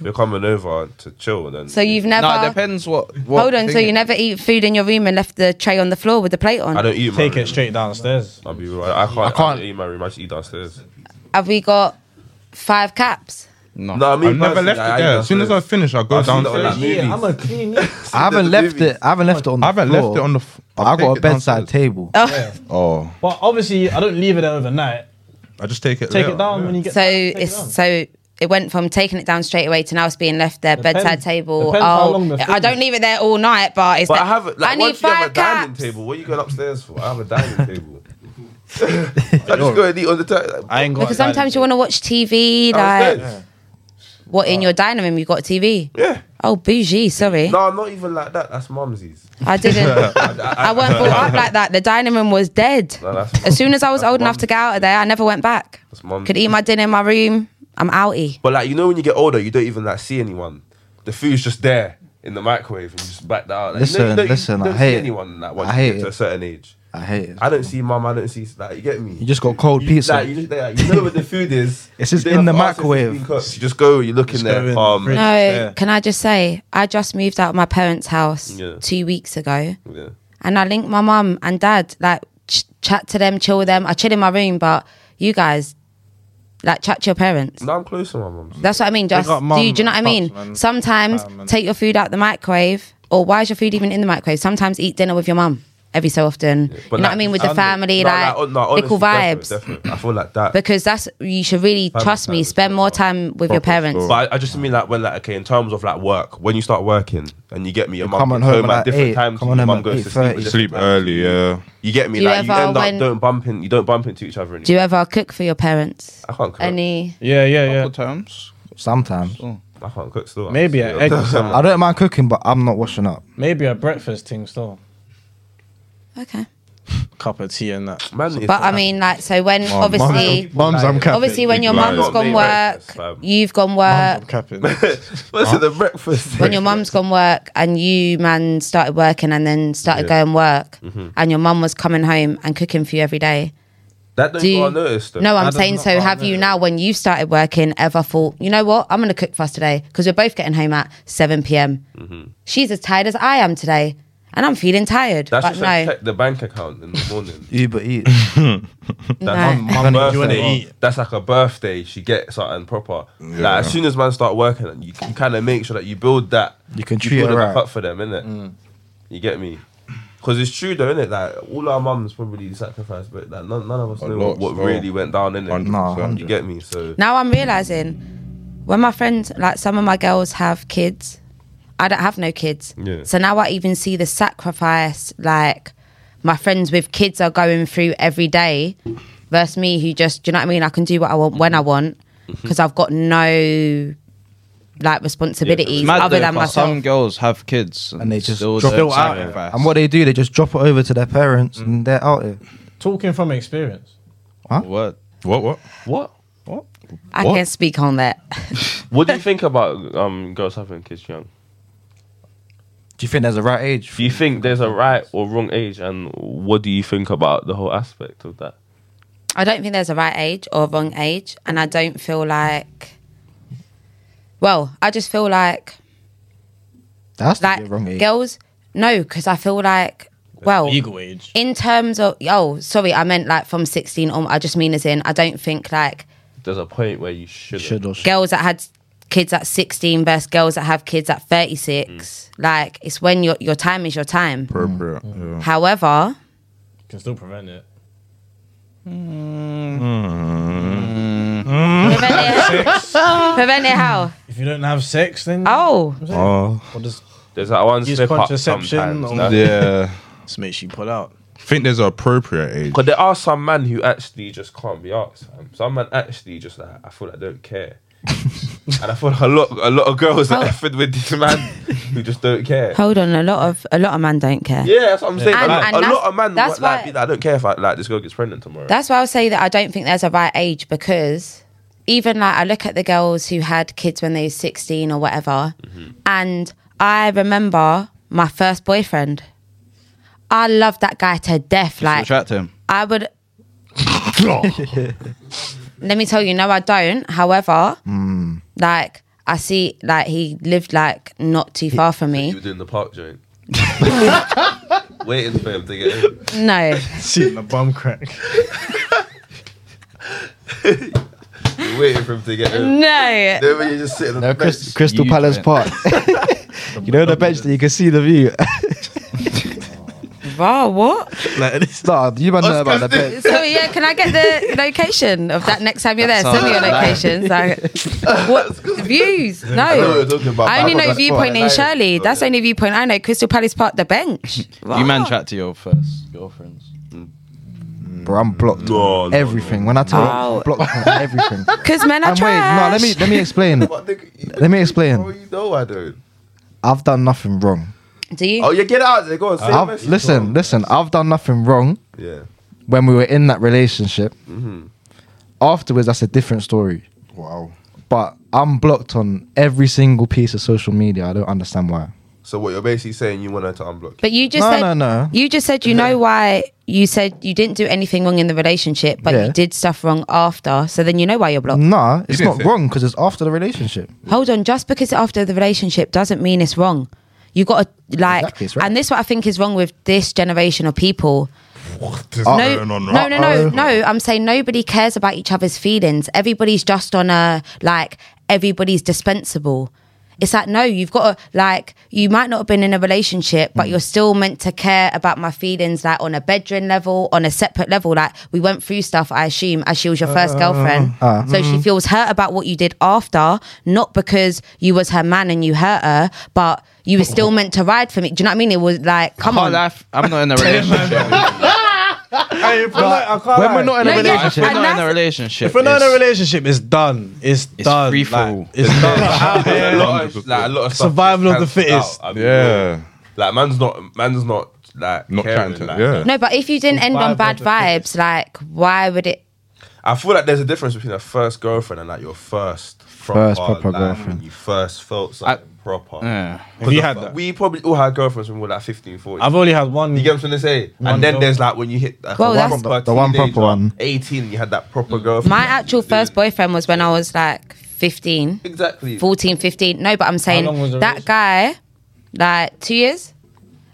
If you're coming over to chill. Then
So you've never.
No, it depends what. what
Hold on, so
thing
you
it-
never eat food in your room and left the tray on the floor with the plate
I
on?
don't eat. in my
Take
room.
it straight downstairs.
I'll be right. I can't. I
can't-
can't eat in my room. I just eat downstairs.
Have we got five caps?
No.
No, I mean
I've never
personally,
left
I
it
eat
there. As soon as I
downstairs.
finish, I go
I've seen that on
downstairs.
that
yeah, I'm
movie.
a clean. yeah.
I haven't
the
left
movies.
it. I haven't left it on. The
I haven't
floor,
left it on the. F-
but I
I'll
got
take
a
it
bedside
downstairs.
table.
Oh,
But obviously, I don't leave it there overnight.
I just take it.
Take
later,
it down
yeah.
when you get.
So
back, take it
it's
down.
so it went from taking it down straight away to now it's being left there,
Depends-
bedside table.
depends how long
Oh,
the
I
food
don't
is.
leave it there all night, but it's.
But I
there.
have like
I need
once you have
five
a dining
caps.
table. What are you going upstairs for? I have a dining table. I just go and eat on the table.
I ain't got.
Because sometimes you want to watch TV, like
Downstairs.
what in your dining room you got a TV.
Uh, Yeah.
Oh bougie, sorry,
No, not even like that. That's mumsy's.
I didn't.
I, I-
I weren't brought up like that. The dining room was dead.
No, that's-
As soon as I was
that's
old enough
mum-
to get out of there, I never went back.
That's mum.
Could eat my dinner in my room. I'm outie.
But like you know, when you get older, you don't even like see anyone. The food's just there in the microwave, and you just back that out. Like, you know, you
Listen,
don't,
listen,
You
I
don't
hate
see
it.
anyone like
I
once
hate
you get to
it.
a certain age.
I hate it.
I don't see mum. I don't see like you get me.
You just got cold pizza.
Like, you, just, like, you know where the food is.
It's just
You don't
in
have
the
to ask if it's
microwave.
been cooked. You just go. You look in
Just go in
there.
the
Um,
fridge.
No,
Yeah.
can I just say I just moved out of my parents' house
Yeah.
two weeks ago,
yeah.
and I linked my mum and dad like ch- chat to them, chill with them. I chill in my room, but you guys like chat to your parents.
No, I'm close to my mum.
That's what I mean. Just
got
do you, do you know what I
mum
mean?
and pops, man.
Sometimes
Fam and-
take your food out the microwave or why is your food even in the microwave? Sometimes eat dinner with your mum every so often. you know what I mean? With the family, like,
oh, no,
little
honestly,
vibes.
definitely, definitely. I feel like that.
Because that's, you should really,
Family
trust me,
time is
spend more
better.
time with
Proper
your parents.
story. But I, I just mean like when like okay, in terms of like work, when you start working and you get me, your mum
coming
comes
home
home
at
at different
8,
times,
coming home
your mum
at
goes to sleep.
8:30.
at different
Sleep
times.
early, yeah.
You get me?
Do you
like you
ever
end
when-
up don't bump in, you don't bump into each other.
Do
Anymore.
you ever cook for your parents?
I can't cook.
Any?
Yeah, yeah, yeah.
Couple times.
Sometimes
I can't cook still.
Maybe an egg or something.
I don't mind cooking, but I'm not washing up.
Maybe a breakfast thing still.
Okay.
Cup of tea and that.
Man, it's
But I
like-
mean, like, so when
Mum-
obviously,
Mums, I'm capping.
obviously, when your
Like-
mum's gone
Mate, breakfast,
work,
fam.
you've gone
Mums,
work,
I'm capping.
Listen, the breakfast.
when your mum's gone work and you man started working and then started
Yeah. Mm-hmm.
going work and your mum was coming home and cooking for you every day.
that don't
do
go
you-
unnoticed. though.
No, I'm
does
saying
not
so.
like
Have you
that.
now, when you started working, ever thought, you know what, I'm going to cook for us today because we're both getting home at 7 p.m.
Mm-hmm.
She's as tired as I am today and I'm feeling tired.
That's
but
just like
no,
check the bank account in the morning.
Uber eat.
no.
That's,
Mum-
birthday.
you wanna
eat.
that's like a birthday. She gets something proper. Like as soon as man start working, you, you kind of make sure that you build that.
You can treat
build
her
it
right.
up for them, innit? You get me? Because it's true though, innit? Like all our mums probably sacrificed, but like none, none of us
A
know
lot,
what
bro.
really went down, innit?
Hundred
Nah,
percent.
You get me? So
Now I'm realizing when my friends, like some of my girls have kids, I don't have no kids.
Yeah.
So now I even see the sacrifice like my friends with kids are going through every day versus me who just, do you know what I mean? I can do what I want when I want because I've got no like responsibilities
Mad
other
though,
than
but
myself.
Some girls have kids and,
And they just
still
drop
don't
it
out.
sacrifice.
And what they do, they just drop it over to their parents and they're out here.
Talking from experience.
What?
What? What?
what?
I
What?
can speak on that.
What do you think about um girls having kids young?
Do you think there's a right age?
Do you think there's a right or wrong age, and what do you think about the whole aspect of that?
I don't think there's a right age or a wrong age, and I don't feel like. Well, I just feel like
That has to
like
be a wrong age.
girls no because i feel like well
Legal age.
in terms of oh sorry i meant like from 16 on i just mean as in i don't think like
There's a point where you should.
Should or should.
girls that had kids at 16 versus girls that have kids at 36 like it's when your your time is your time
Appropriate.
Mm.
Yeah.
however
Can still prevent it.
prevent it, prevent it how
If you don't have sex, then
oh
Oh.
what does
There's that one
Use
slip up
contraception
sometimes.
or-
no?
Yeah.
this makes you pull out?
think there's an appropriate age.
Because there are some men who actually just can't be asked. fam. Some men actually just like I feel like they don't care, and I feel like a lot a lot of girls are effing with this man who just don't care.
hold on a lot of a lot of men don't care
Yeah, that's what I'm saying.
And-
like,
and
a
that's-
lot of men
that's
that's like,
why-
be like, I don't care if I, like this girl gets pregnant tomorrow.
That's why I would say that I don't think there's a right age because even like I look at the girls who had kids when they were 16 or whatever, and I remember my first boyfriend. I loved that guy to death.
Like,
Like
attract him.
I would. Let me tell you, no, I don't. However, like I see, like he lived like not too far from
you
me.
were doing the park joint, waiting for him to get in.
No,
Seeing the bum crack.
You're waiting for him to get in.
no.
Then when you're just sitting on
No,
the
Crystal,
bench,
Crystal
huge
Palace
bench.
Park. you know the bench that you can see the view.
Wow, what?
like, this- nah, you man know about the bench.
So yeah, can I get the location of that next time you're there? Send me your location. So, what views?
I know what you're
No,
talking about.
I
but
only
thought
know
that's
viewpoint
fine.
in
Like,
Shirley.
oh,
That's the
yeah.
only viewpoint I know. Crystal Palace Park, the bench.
You man chat to your first girlfriends.
Bro, I'm blocked.
No, no,
everything. When I tell you, I'm
Wow.
blocked on everything.
Because men are
And wait, no,
trash.
let me let me explain.
But nigga,
Let me explain.
Bro, you know I don't.
I've done nothing wrong.
Do you?
Oh yeah, get out there. Go on. Say a
I've,
message.
listen, listen. I've done nothing wrong
Yeah.
when we were in that relationship.
Mm-hmm.
Afterwards, that's a different story.
Wow.
But I'm blocked on every single piece of social media. I don't understand why.
So what you're basically saying, you want her to unblock.
But you just
No,
said
no, no.
you just said you know why you said you didn't do anything wrong in the relationship, but
Yeah.
you did stuff wrong after. So then you know why you're blocked.
Nah, it's
didn't
not
say-
wrong because it's after the relationship.
Hold on, just because it's after the relationship doesn't mean it's wrong. You got to like,
Exactly, it's right.
and this is what I think is wrong with this generation of people. no,
going on
no,
right
no, no, no. I'm saying nobody cares about each other's feelings. Everybody's just on a like everybody's dispensable. It's like, no, you've got to, like, you might not have been in a relationship, but you're still meant to care about my feelings, like, on a bedroom level, on a separate level. Like, we went through stuff, I assume, as she was your first girlfriend. so she feels hurt about what you did after, not because you was her man and you hurt her, but you were still meant to ride for me. Do you know what I mean? It was like, come
Can't
on.
lie, I'm not in a relationship. when we're not in a
No, yeah,
relationship, we're
and
not in a
that's-
relationship.
If we're not in a
it's-
relationship, it's done. It's,
It's
done.
free for
like,
all.
it's done.
a lot of, like, a lot of stuff
Survival
gets
of the
cancelled
fittest.
out. I mean,
Yeah.
Like man's not man's not like
Not
caring,
trying to.
like,
Yeah.
No, but if you didn't end on
Vibe
bad
of the fittest.
vibes, like, why would it?
I feel like there's a difference between a first girlfriend and like your first
First proper
like, when
girlfriend.
You first felt something proper.
Yeah.
'Cause
Have you
the-
had that?
We probably all had girlfriends when we were like 15, 14.
I've only had one.
you get what I'm trying to say?
One
and then
girl-
there's like when you hit like,
Well,
a
that's-
proper
The one proper
teenager,
one.
18, you had that proper
Mm.
girlfriend.
My actual first boyfriend was when I was like 15,
Exactly.
14, 15. No, but I'm
long was the
saying that
relationship?
guy, like two years.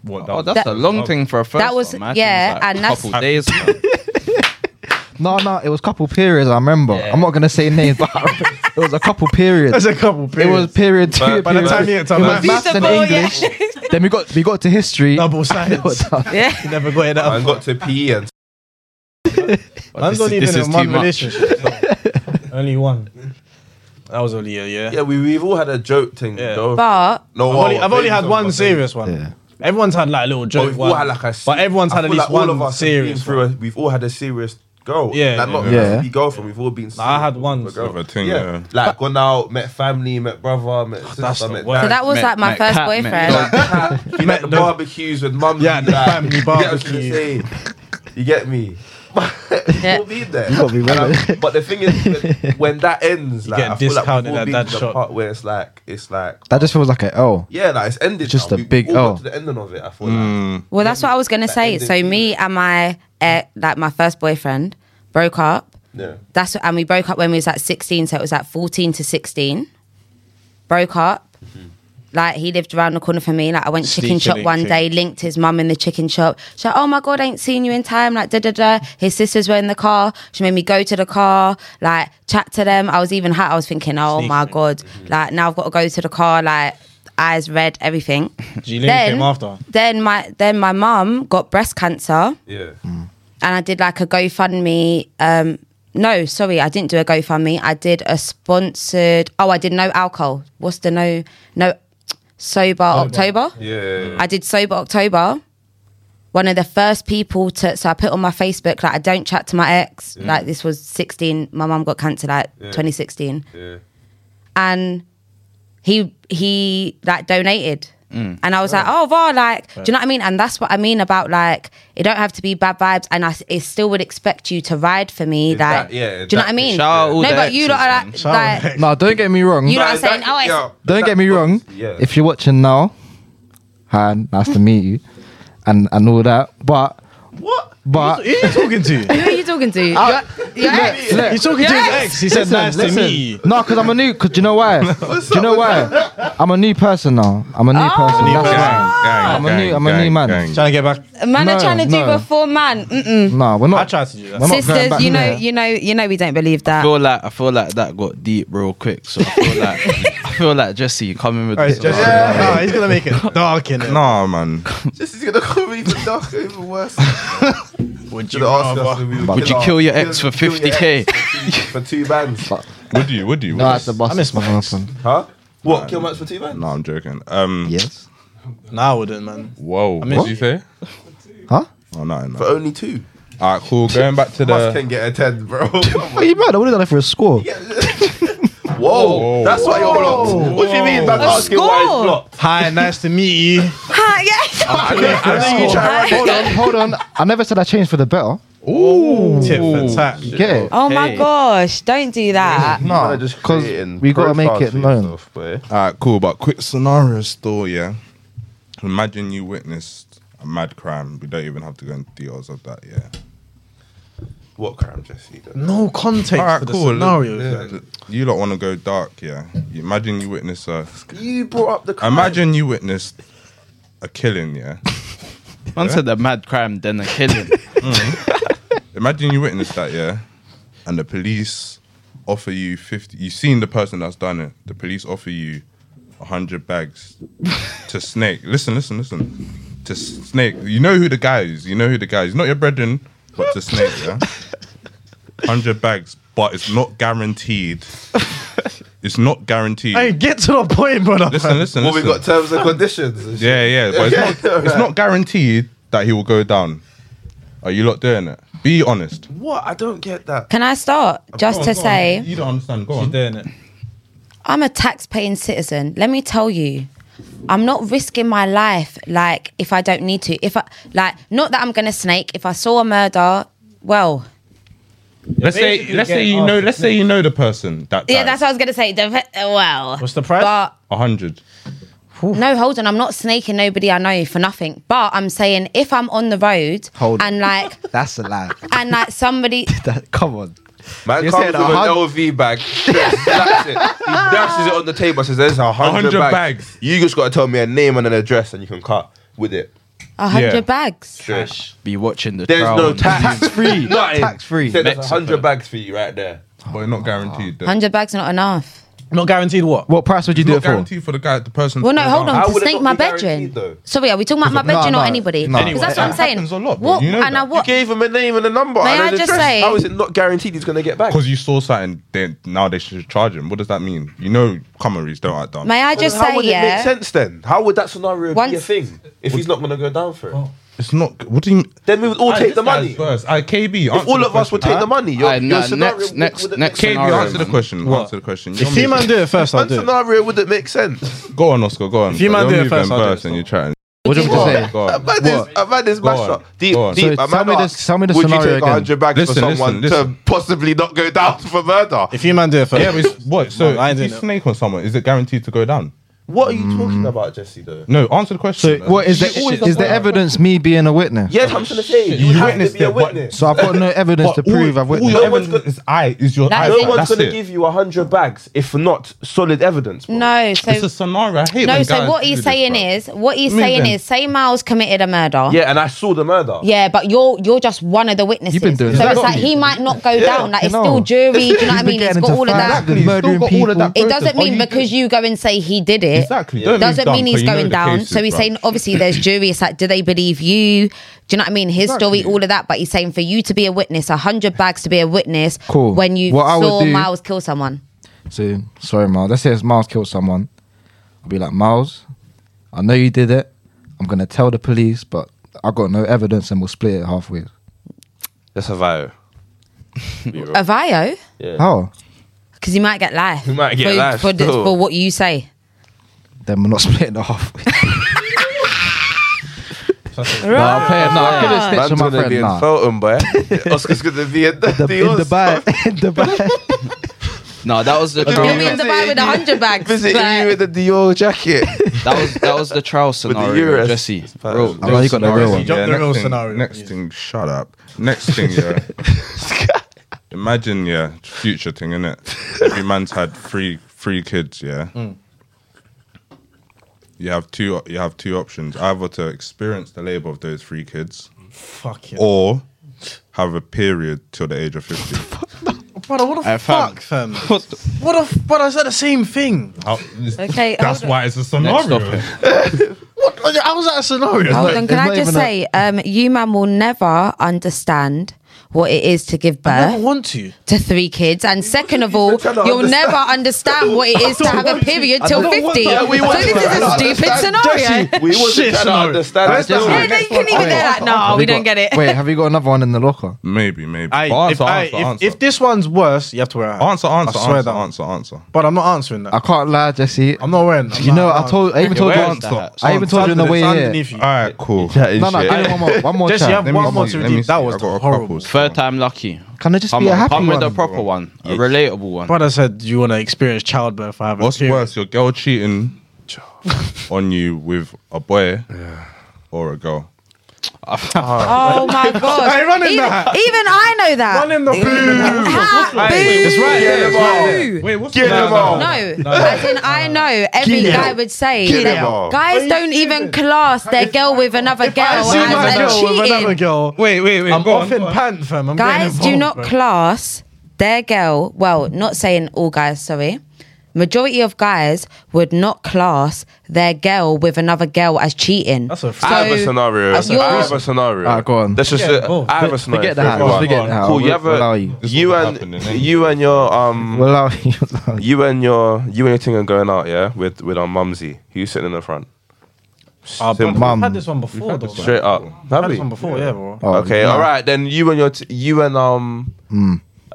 What,
Oh, that's a long thing for a first.
That was-
one, man. I think
yeah,
it's like
and that's-
a couple days. man.
No, no, it was a couple periods. I remember. I'm not gonna say names, but I remember it was a couple periods.
There's a couple
It
periods.
was period two.
By- by
By
period
the time
three.
you hit time,
it
like,
was maths and
Feasible, yeah.
English. then we got we got to history.
double science.
Yeah.
you never got it
and
up.
got to PE and
Man's
This is-
not even
this is
in
too
one
much.
relationship. so. only one. That was only a year.
yeah, we we've all had a joke thing.
Yeah.
though.
But
no,
I've
well,
only, I've only
maybe
had
some
one
of us
serious one.
Yeah.
Everyone's had like a little
But
joke.
we've all
one,
had like a. se-
but everyone's
I
had at
feel
least
like all
one
of us have been
serious.
Through a, we've all had a serious girl.
Yeah,
like, not
yeah.
yeah.
Yeah.
Be girlfriend. We've all been.
I had
serious
one,
with a
so-
girlfriend.
Of a thing, yeah.
Like gone out, met family, met brother, met
Ah, that's
sister,
the
met
worst.
so
dad.
that was
Met-
like my
met
first
cat, met
boyfriend.
dog.
you met the barbecues with mum.
Yeah, the
like,
family
you get what I'm trying
barbecue.
to say? You get me?
Yeah.
We'll be there.
gotta be
And I'm-
ready.
but the thing is, when, when that ends, like
get
I feel like
discounted
we've all
at
been
that
to the
shop.
part where it's like it's like
That just feels like an L.
yeah, like it's ended.
Just
now.
a
We've
big oh.
all got
L.
to the ending of it. I feel
Mm.
like
Well, that's what I was gonna
That
say.
ended
So me and my eh, like my first boyfriend broke up.
yeah.
That's and we broke up when we was like 16, so it was like 14 to 16. Broke up. Like he lived around the corner from me. Like I went chicken
Sneaky
shop one
linky.
day, linked his mum in the chicken shop. She's like, "Oh my god, I ain't seen you in time." Like da da da. His sisters were in the car. She made me go to the car, like chat to them. I was even hot. I was thinking, "Oh my god,
Mm-hmm.
like now I've got to go to the car." Like eyes red, everything.
G Link came after.
Then my then my mum got breast cancer
Yeah.
Mm.
and I did like a GoFundMe. Um, no, sorry, I didn't do a GoFundMe. I did a sponsored. Oh, I did no alcohol. What's the no no sober October?
Yeah.
I did sober October. One of the first people to so I put on my Facebook like I don't chat to my ex. Like this was 16. My mum got cancer like 2016
yeah.
and he he like donated. And I was like, oh, wow, like, do you know what I mean? And that's what I mean about like, it don't have to be bad vibes, and I s- it still would expect you to ride for me,
Is
like,
that- yeah,
do you know
that-
what I mean?
Shout out all
no,
the
but you
exes,
lot are
man.
like,
Shout out
like-
No, don't get me wrong.
You know what I'm
Like, that-
saying? Oh, it's-
yeah,
don't
that-
get me wrong.
Yeah.
If you're watching now, hi, nice to meet you, and and all that. But
what?
but
Who are you talking to?
who are you talking to? Your- your ex?
look,
You're talking to his ex. He said, "Nice to meet you."
No, because I'm a new. Because you know why? do you know why? I'm a new person now. I'm a Oh. new person. That's why. I'm a new- I'm a new man.
Trying to get back.
Man are
No,
trying to do
no.
before man. Mm-mm.
No, we're
I
not.
tried to do that.
We're not going
Sisters,
back
you know,
there.
you know, you know, we don't believe
I
that.
feel like I feel like that got deep real quick. So I feel like I feel like Jesse coming with.
All right,
this-
Jesse. No, he's gonna make it dark in it.
Nah, man.
This is gonna come even darker, even worse.
Would
Should
you
ask
rather?
us if we
Would you
our-
kill your ex
kill-
for
kill your
50K?
ex for two bands?
Would you? Would you?
No, that's the bus.
I miss my ex.
Huh? What? Kill Max for two bands?
No, I'm joking. Um,
Yes.
No, I wouldn't, man.
Whoa. What
miss
did you say?
Huh?
Oh, no,
For
no.
only two.
All right, cool. Going back to
Max
the.
can get a ten, bro.
Are you mad? I would have done it for a score.
Whoa, that's why you're blocked. What do you mean? That's asking why it's
score.
blocked.
Hi, nice to meet you.
Hi, yeah.
I know, I know you try to
Hold on, hold on. I never said I changed for the better.
Tip for tap.
You get it?
Oh my gosh, don't do that.
No, because we gotta make it known.
All right, cool. But quick scenario store, yeah. Imagine you witnessed a mad crime. We don't even have to go into details of that, yeah.
What crime, Jesse? though?
No context
Alright,
for the
cool.
scenario.
Yeah.
You lot want to go dark, yeah. You imagine you witness a.
You brought up the crime.
Imagine you witnessed a killing, yeah.
One said a mad crime, then a killing.
Imagine you witnessed that, yeah, and the police offer you fifty. You've seen the person that's done it. The police offer you hundred bags to Snake. Listen, listen, listen. To Snake, you know who the guy is. You know who the guy is. Not your brethren, but to Snake. Yeah, hundred bags, but it's not guaranteed. It's not guaranteed.
Hey, get to the point, brother.
listen, listen,
Well, we
listen.
got terms and conditions. and shit.
Yeah, yeah, but it's not, it's not guaranteed that he will go down. Are you lot doing it? Be honest.
What? I don't get that.
Can I start just
Go on,
to
go on.
say
you don't understand. Go
She's
on.
doing it.
I'm a tax-paying citizen. Let me tell you, I'm not risking my life like if I don't need to. If I like, not that I'm gonna snake. If I saw a murder, well,
Let's say
Basically
let's say
getting
you know
asked
let's
to
say you know the person that
yeah, that's what I was gonna say. The- uh, Well,
What's the price?
But
a hundred.
No, hold on. I'm not snaking nobody I know for nothing. But I'm saying if I'm on the road
Hold on.
and like
That's a lie.
and like somebody
That, come on.
Man
You're
comes
saying
with
a
an
hun-
LV bag, slaps it. He dashes it on the table. Says, "There's a hundred
100
bags.
bags.
You just got to tell me a name and an address, and you can cut with it."
a hundred
Yeah.
bags.
Sure.
Be watching the
There's
trial
no
on
tax.
YouTube.
free. Nothing.
Tax free.
Said there's a
Mexico.
hundred bags for you right there.
But not guaranteed. though.
Hundred bags not enough.
Not guaranteed what?
What price would you do
Not
it for?
guaranteed for the guy, the person.
Well, no,
to go
hold
down.
How
on. To
would it
snake
not
my
be guaranteed,
bedroom.
though?
Sorry, are we talking about my
No,
bedroom
no,
or anybody?
no.
Because that's what I'm
That
saying.
happens a lot, bro.
what
You know
and I
that.
what?
You gave him a name and a number.
May
and
I
an
just
address.
say-
how is it not guaranteed he's gonna get back?
Because you saw something, then now they should charge him. What does that mean? You know, Cameroons don't act dumb.
May I just
how
say
would it make
yeah?
sense then? How would that scenario be a
Once-
thing if he's not gonna go down for it?
Oh.
It's not. What do you? mean?
Then we would all
Aye,
take
this
the
guy's
money.
First, Aye, KB.
If all of us would take the money, your,
Aye,
your
nah,
scenario
next-
would-
next-
wouldn't
next
make
KB,
scenario,
answer the
man.
question.
What?
Answer the question.
If you man do it first, I'll
One
do it.
scenario would it make sense?
Go on, Oscar. Go on.
If you man
Don't
do it
move
first,
them
I'll do it
and you're
still.
trying.
What do you want me to say?
Go on.
I've had this,
What?
I've had this
Go
mashup.
on.
Deep,
Go on.
deep.
So
I'm
tell me
not-
this- tell me the
Would you
scenario
take
again.
100 bags
Listen,
for
listen,
someone
listen.
to possibly not go down for murder?
If you man do it first,
Yeah, but it's, what? So,
No, I
if you
didn't know.
snake on someone, is it guaranteed to go down?
What are you talking about, Jesse? Though.
No, answer
So,
the question. man.
what is the
You always
is the
avoid-
evidence me being a witness?
Yes, I'm trying to say you,
You
have
witnessed
to be a
it, but-
witness.
So I've got no evidence to
But all-
prove I've
all
witnessed.
your
No one's
evidence
go-
is eye is your
That
eye.
is
no
That's
one's going to
it.
give you 100 bags if not solid evidence. bro.
No,
It's a
so
scenario. I hate
no,
when
so
guys
what
do
he's
this,
saying
bro.
is what he's
Move
saying
them.
is say Miles committed a murder.
Yeah, and I saw the murder.
Yeah, but you're you're just one of the witnesses.
You've been doing
so
that.
it's like he might not go down. Like it's
No.
still jury. Do you know what I mean? It's got all of that.
Exactly,
Murdering
still got all of that
people.
It
process.
doesn't
Are
mean
you
because you go and say he did it.
Exactly.
Yeah.
Don't
Doesn't
dumb,
mean
but
he's
you know
going
the
down.
cases,
so he's
bro.
saying, obviously, there's jury. It's like, do they believe you? Do you know what I mean? His story, all of that. But he's saying for you to be a witness, a hundred bags to be a witness.
Cool.
When you
What I would
saw
do-
Miles kill someone.
So sorry, Miles. Let's say if Miles killed someone, I'll be like, Miles, I know you did it. I'm gonna tell the police, but I got no evidence, and we'll split it halfway.
That's a vow.
Avio,
How?
because he might get life. He
might get
for,
life
for, the-
still.
for what you say.
Then we're not splitting it halfway.
Right.
no, I'm playing. No, I couldn't snitch
Man's
on my
going to
friend.
be in
Nah.
Felton, boy. Oscar's going to be in the,
The, in Dubai, in Dubai.
No, that was the
You'll
trial.
You'll be in Dubai with a hundred bags.
Visiting
but-
you with a Dior jacket.
That was that was the trial scenario,
Euros.
Jesse.
But-
Bro,
I know you got the real one.
Drop the
next
real
thing,
scenario.
Next thing, shut up. Next thing, yeah. Imagine, yeah, future thing, innit? Every man's had three three kids, yeah.
Hmm.
You have two you have two options. Either to experience the labour of those three kids
Fuck yeah.
or have a period till the age of fifty.
Brother, what the
Hey, fam.
fuck, fam?
What the-
What the f- brother, I said the same thing.
How-
Okay,
that's
hold on.
why it's a
Next
scenario.
topic.
What? I was at a scenario.
Hold
Like,
on,
it's
can I
not
just
even a-
say, um, you man will never understand what it is to give
I never
birth
want to.
to three kids, and second of all,
even trying to
you'll
understand.
never understand what it is to have a period till
don't want
fifty.
to.
So
We want
this is
to.
a stupid scenario.
Jesse,
We wasn't
Shit
trying to
scenario.
understand.
That's
That's
just-
Yeah,
just-
no, you couldn't even
Wait,
do that. No,
have
Oh, we
you
don't
got-
get it.
Wait, have you got another one in the locker?
Maybe, maybe.
Aye,
But answer,
if, aye,
answer,
if-
answer.
if this one's worse, you have to wear a hat.
Answer, answer,
I swear
answer,
that.
answer, answer.
But I'm not answering that.
I can't lie, Jesse.
I'm not wearing. that.
You know,
I'm
I told, I even told
where
you,
is
on,
that?
I even told you on the way here.
underneath you.
All right, cool.
No, no, give me one more, one more
Jesse,
chat.
have one more to
let
redeem.
see.
That was
I got a
horrible.
couple.
Third time lucky.
Can I just
Come
be a
on,
happy
come
one?
with a proper one, a relatable one.
Brother said you want to experience childbirth. I have a
What's
period.
worse, your girl cheating on you with a boy or a girl?
Oh my god!
Hey, run in
even,
that.
even I know that.
One in the
Ha, boo.
It's right here. It's right here.
Wait, what's
Get him on.
No, as in I know every
Get
guy
out.
would say
Get
that
out.
guys don't even class their girl with another girl
I
as
see my
a
girl with another
cheating.
girl.
Wait, wait, wait.
I'm
go
off
on,
in
go on.
pan, fam. I'm getting
guys do
involved,
not
bro.
class their girl well not saying all guys sorry majority of guys would not class their girl with another girl as cheating.
That's a
I have a
So,
scenario.
that's
I
your-
have a scenario.
Alright, go on.
Let's just.
Yeah, go on.
I have a
Forget
scenario.
the
for
house,
everyone.
forget the house.
Cool. You
We'll-
have
we'll allow
a.
you.
This
You
wouldn't
and
happen in any-
you and your um.
Well, I'll- I'll-
You and your you and your thing are going out, yeah, with with our mumsy. Who's sitting in the front? Simple.
I've
mum.
Ah, had this one before, though. man.
Straight up.
I've
Have
had
we?
this one before, yeah, bro.
oh, Hmm.
okay,
no.
all right. Then you and your t- you and um.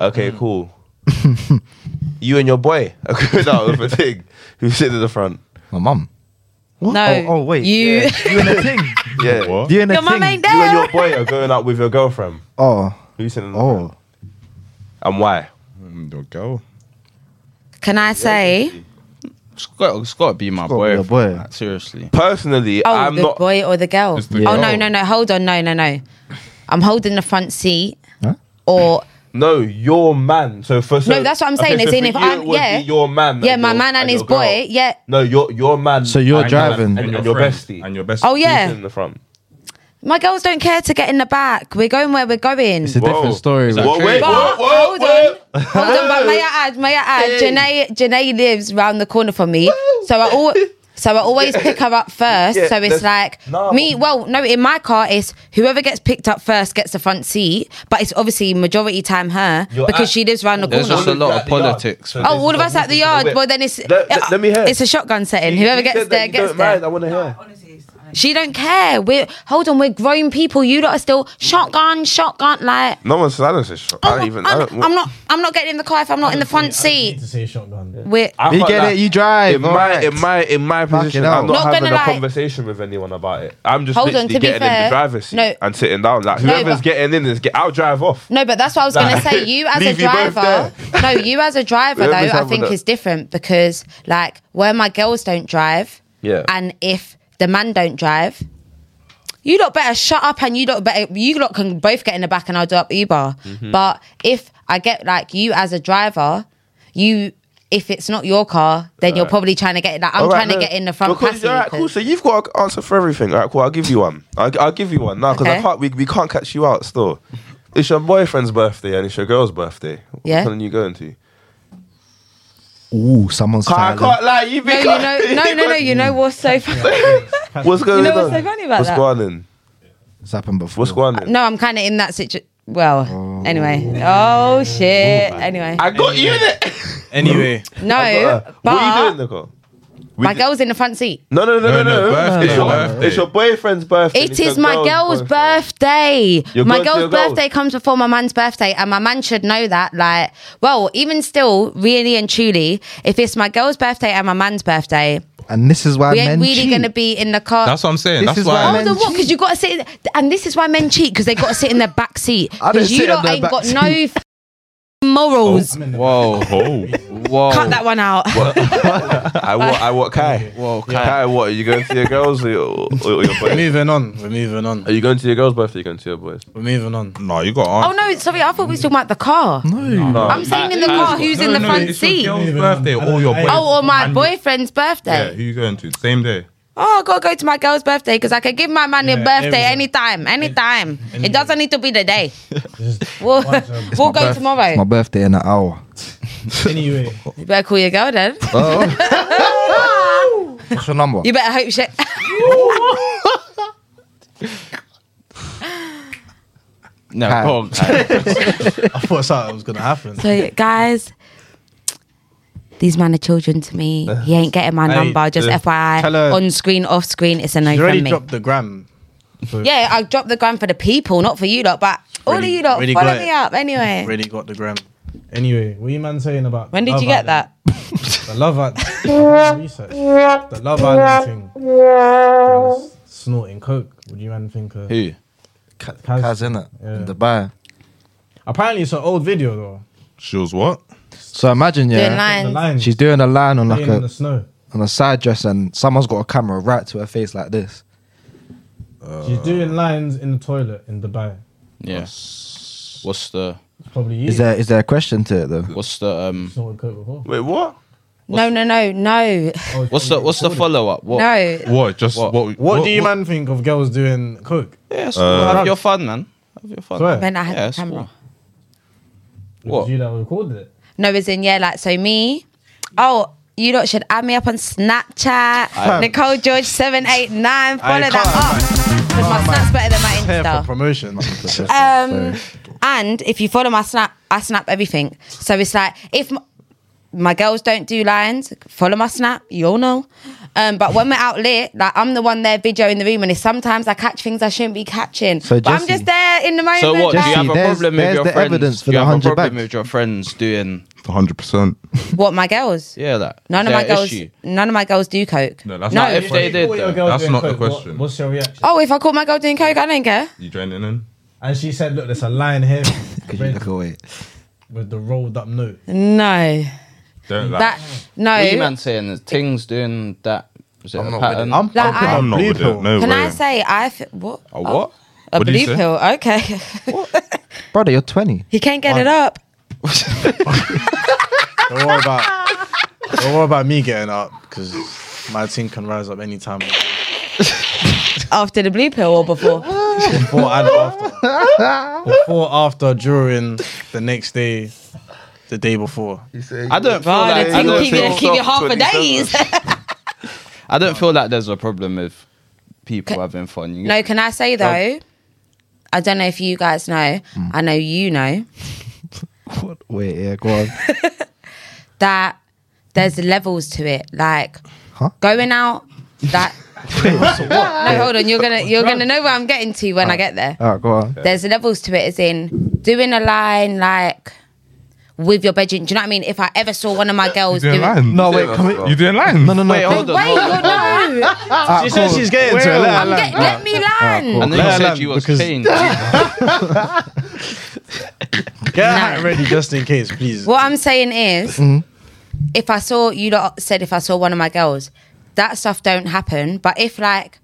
Okay, cool. you and your boy are going out with a thing. Who's sitting in the front?
My mum.
no.
Oh, oh, wait.
You,
Yeah. You and the thing.
Yeah.
What?
You and the
your mum
thing.
ain't
You and
there.
your boy are going out with your girlfriend.
Oh,
Who's sitting in the front?
oh.
And why?
Mm, Your girl.
Can I say?
It's got, it's got to be my
gotta
boy.
be your boy.
like, seriously.
Personally,
Oh,
I'm
the
not.
boy or the girl?
It's the
oh
girl.
no, no, no! Hold on, no, no, no! I'm holding the front seat,
Huh?
or
No, your man. So for so,
No, that's what I'm saying,
so
as in
for
if
you,
I'm-
it would
yeah.
be your man.
yeah, my
your-
man and his
your girl.
boy, yeah.
No, your your man.
So you're
and your-
driving.
and, and your
friend.
bestie.
And your bestie.
Oh yeah,
in the front.
my girls don't care to get in the back. We're going where we're going.
It's a different story.
Whoa,
right?
wait,
But
whoa, whoa,
hold
whoa.
on, hold on. But may I add, may I add, Janae, Janae lives round the corner from me, so I al- so I always pick her up first.
Yeah,
so it's
that's-
like
no.
me. Well, no, in my car, it's whoever gets picked up first gets the front seat. But it's obviously majority time her
You're
because
at-
she lives round the
There's
corner.
just a lot of politics, man.
Oh, all of us at the yard. Well, then it's uh,
Let- let- let me hear.
It's a shotgun setting. Whoever gets there gets
do
there.
I want to hear.
She don't care. We're hold on. We're grown people. You lot are still shotgun, shotgun. Like
No one said I don't say shit. I don't even. I
I'm,
don't,
I'm not. I'm not getting in the car if I'm not in the front
I need
seat.
to see a shotgun.
We're
I
You
can't
get
lie.
it, you drive.
In my, in my in my position,
hell.
I'm not,
Not
having
gonna
a
lie.
conversation with anyone about it. I'm just
Hold on,
literally
to be
getting in
fair,
the driver's seat
no.
and sitting down. Like
No,
whoever's
but-
getting in is get. I'll drive off.
No, but that's what I was going to
Like,
say. You as a
leave you both
driver, no, you as a driver
Let
though,
me
I
have
think
that.
is different because like where my girls don't drive,
Yeah.
and if the man don't drive, you lot better shut up and you lot better you lot can both get in the back and I'll do up Uber.
Mm-hmm.
But if I get like you as a driver, you. If it's not your car, then you're probably trying to get like I'm
All right,
trying
no.
to get in the front
Because-
passenger.
all right, cool. So you've got an answer for everything. All right, cool. I'll give you one. I'll, I'll give you one now because I
Okay.
can't. We, we can't catch you out still. It's your boyfriend's birthday and it's your girl's birthday. What
Yeah.
one are you going to?
Ooh, someone's
I
silent.
can't lie. You
no, you know, no, no, no. You know what's so funny?
What's going
know
on?
what's so funny about
what's
that?
going on?
It's happened before.
What's going on?
No, I'm kind of in that situation. Well, anyway. Oh shit. Anyway,
I got you in it.
Anyway,
no,
what are you
but
doing, Nicole?
my girl's in the front seat.
No, no, no, no,
No,
no.
no, birthday,
it's, your,
birthday.
it's your boyfriend's birthday.
It is my girl's birthday.
Your
my
girl's- your
girl's
girl's.
birthday comes before my man's birthday, and my man should know that. Like, well, even still, really and truly, if it's my girl's birthday and my man's birthday,
And this is why
we
men
ain't really
cheat.
gonna be in the car.
That's what I'm saying.
This
That's
is
why.
why
Hold
men
on, what? Because you got to sit, and this is why men cheat because they got to sit in the back seat.
I didn't
Because you
sit in
lot
the
ain't
back
got
seat.
no f- morals.
Whoa,
Oh,
whoa,
Cut that one out.
I want, I want Kai.
whoa, Kai.
Kai, what? Are you going to your girl's or your, or your
we're
boy?
moving on. We're moving on.
Are you going to your girl's birthday? Or are you going to your boy's?
We're moving on.
no, you got
Oh
on.
no, sorry, I thought we were talking about the car.
No.
I'm saying in the car, who's in the front seat?
Your girl's birthday or your boy.
Oh, or my boyfriend's
Yeah,
birthday.
who you going to? Same day.
Oh, I gotta go to my girl's birthday because I can give my man a
Yeah,
birthday
everyone.
anytime, anytime. It doesn't need to be the day.
Just-
We'll,
It's my
we'll go
birth- It's my
tomorrow.
birthday in an hour.
anyway,
You better call your girl then.
What's your number?
You better hope she.
No,
Kai.
go on, Kai.
I thought something was gonna happen.
so, guys, these man are children to me. He ain't getting my
Uh, Hey,
number. Just
uh,
FYI,
tell her-
on screen, off screen, it's a no
You
from
already
me.
dropped the gram.
Yeah, I dropped the gram for the people, not for you lot. But all of
Really-
you lot,
really
follow
got
me
it.
up anyway.
Already got the gram.
anyway, what are you man saying about?
When did
Love
you get
Island?
that?
The Love Island research. The Love Island thing. Man's Snorting coke. Would you man think? Of,
Who?
Kaz,
Kaz.
innit?
Yeah.
In Dubai.
Apparently, it's an old video though.
She was what?
So imagine,
Doing
yeah.
The
lines.
line.
She's doing a line on like
laying in
a
the snow.
on a side dress, and someone's got a camera right to her face like this.
She's doing lines in the toilet in Dubai.
Yeah. What's the
Probably you.
Is there is there a question to it though?
what's the um
Snorted coke before.
Wait, what?
No, no, no, no,
Oh, it's
what's the
probably
what's the
recorded.
follow up? What?
no.
What? Just
What?
what?
What, do you man think of girls doing coke?
Yeah, it's cool.
Uh,
have your fun, man. Have your fun.
Swear.
When I had
Yeah,
the
it's
camera.
cool. What?
It was you that recorded it.
No, as in yeah, like so me. Oh, You lot should add me up on Snapchat. Nicole George seven eight nine. Follow
can't,
that up. 'Cause my snap's better than
Hair
my
for
Insta.
promotion.
Um, and if you follow my snap, I snap everything. So it's like if m- my girls don't do lines, follow my snap. You'll know. Um, but when we're out lit, like I'm the one there video in the room, and it's sometimes I catch things I shouldn't be catching.
So
but I'm
Jesse-
just there in the moment.
So what? Do you
like-
have a
there's-
problem with
there's
your
the
friends?
evidence for
Do you
the
have a
100
problem
bags.
with your friends doing?
100%.
what my girls?
Yeah, that
None of
is
my
there an
girls.
issue?
None of my girls do coke.
No, that's
No,
not
if
if
they did-
What your
though.
girl
That's
doing
not the
coke, what-
question.
what's your reaction?
Oh, if I caught my girl doing coke, I don't care.
You joining in?
And she said, "Look, there's a line here
Could you
red,
look away?
with the rolled up note."
No,
Don't like.
that no.
Wee man saying that things doing that. Is it
I'm
a
not with
pattern?
it.
I'm
Like, I-
I'm not
Blue
with it.
pill.
No
Can
way.
I say I f- what
A what?
a
What did
blue
you say?
pill? Okay,
Brother, you're 20.
he can't get it up.
Don't worry about. Don't worry about me getting up because my team can rise up anytime
After the blue pill or before?
before and after. Before, after, during, the next day, the day before.
I don't feel
Oh,
like
the
I
team
don't
keep,
feel-
it, keep it half a days.
I don't feel like there's a problem with people
Ca-
having fun. You
no, can I say though? I don't know if you guys know. I know you know
What? Wait, yeah, go on.
that there's levels to it. Like
Huh?
going out. That no, hold on. You're gonna you're gonna know where I'm getting to when I get there.
All right, go on.
there's levels to it as in doing a line like with your bedroom. Do you know what I mean? If I ever saw one of my girls
You doing
doing
lines?
No, wait, can we?
You doing lines?
No, no, no.
Wait,
can-
hold on.
Wait,
Hold on.
you're no.
Ah,
She said
cool.
she's getting to it. Let her
I'm
land.
get, let me
And
land.
then you
Let her
said
land
you was
because-
changed.
Get her
Nah.
hat ready just in case, please.
What I'm saying is, if I saw you lot said if I saw one of my girls, that stuff don't happen. But if like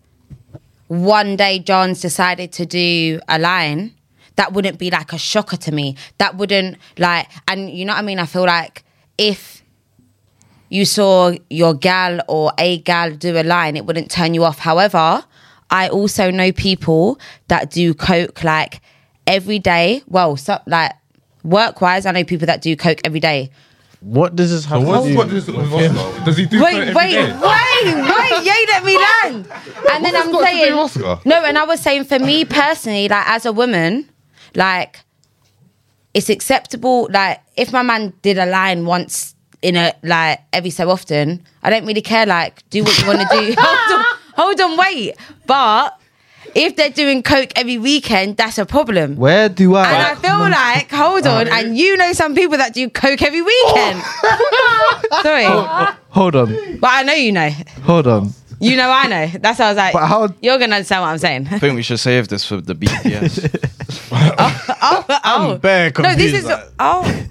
one day John's decided to do a line, that wouldn't be like a shocker to me. That wouldn't like, and you know what I mean. I feel like if you saw your gal or a gal do a line, it wouldn't turn you off. However, I also know people that do coke like every day. Well, so, like work wise, I know people that do coke every day.
What does this have
What's
to do?
what is with Oscar? Does he do
Wait,
it every
wait, wait,
day?
wait! Yay, let me land. And then I'm
got to do
saying,
with Oscar?
no, and I was saying for me personally, like as a woman, like it's acceptable. Like if my man did a line once in a like every so often, I don't really care. Like do what you want to do. hold, on, hold on, wait. But if they're doing coke every weekend, that's a problem.
Where do I?
And I feel like, hold
Oh,
on, and you know some people that do coke every weekend. Sorry,
Oh,
hold on,
but I know you know.
hold on.
You know, I know. That's how I was like.
But how-
You're gonna understand what I'm saying.
I think we should save this for the BTS.
oh, oh.
I'm bare
no,
confused.
this is
like,
oh.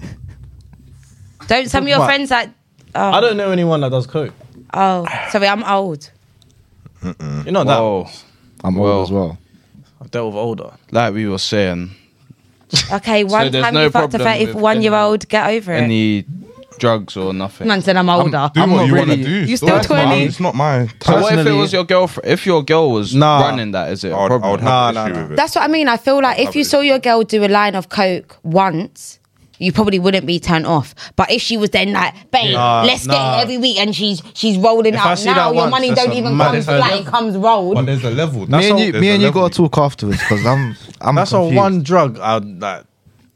Don't some of your
What?
friends that. Oh,
I don't know anyone that does coke.
oh, sorry, I'm old.
Mm.
You're not
Whoa.
I'm
Well,
old as well.
I've dealt with older.
Like we were saying,
Okay, one
there's
time
no
you fucked a
problem with
31 year old. Get over it.
any drugs or nothing.
Man said I'm older.
Do
I'm
what
not
you want to
really-
do.
You
so
still
it's not-
20?
It's not my
So what if it
Personally-
was your girlfriend? If your girl was
Nah.
running that, is it a
I would, I would
problem?
have
Nah,
an
nah,
issue
nah.
with it.
That's what I mean. I feel like if
Probably.
you saw your girl do a line of coke once, you probably wouldn't be turned off. But if she was then like, babe,
Nah,
let's get
nah.
it every week, and she's she's rolling
If I
out
see
now,
that
your
once,
money
that's
don't
a
even
mad-
come
that's a
flat, it comes rolled.
But there's a level. That's
Me and
all-
you,
there's
me
a
and you
level.
gotta talk afterwards because I'm, I'm.
That's
confused.
a one drug. uh, I'd like.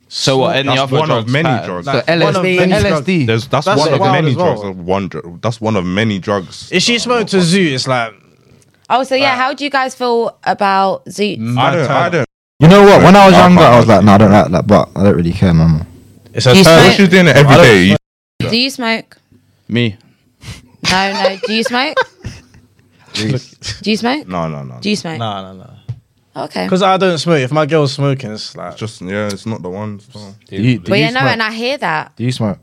So what? Any
That's
other
one
drugs
of many
pattern?
drugs.
So
one of
LSD,
many
LSD.
There's that's,
That's
one of
wild
many
as well.
drugs. uh, One dr- that's one of many drugs.
If she smoked a zoo, it's like.
Oh, so yeah, how do you guys feel about Zoots?
I don't. I don't.
you know what? When I was
Nah,
younger,
fuck
I was
that.
like, no, I don't like that, but I don't really care no more.
It's a
You
term.
smoke?
She's doing it every
I don't-
day. You-
Do you smoke?
Me.
No, no. Do you smoke? do you smoke?
No, no, no.
Do you smoke?
Nah, nah, nah.
Okay.
Because I don't smoke. If my girl's smoking, it's like.
Just yeah, it's not the one. so.
Do you, do
But
you
yeah, no,
smoke?
and I hear that.
do you smoke?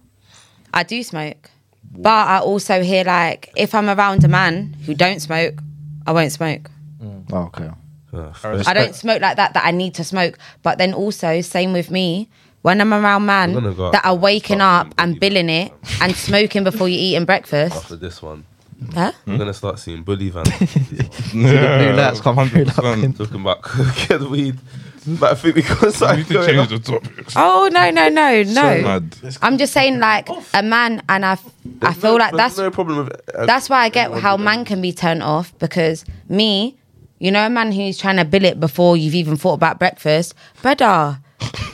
I do smoke. But I also hear like if I'm around a man who don't smoke, I won't smoke.
Oh, okay.
I don't smoke like that that I need to smoke. But then also, same with me, when I'm around man
I'm gonna go out
that are
and
waking
start
up
seeing
and
Bully
billing it and smoking before you're eating breakfast.
After this one,
Huh?
Hmm?
I'm gonna start seeing bully van
Blue lights come through.
Son,
talking about cocaine weed. But I think because
We
I
need to change the topic.
Oh no no no no!
Mad.
I'm just saying like a man, and I f- I feel like that's
no problem with. Uh,
that's why I get how man can be turned off because me, you know, a man who's trying to bill it before you've even thought about breakfast, brother.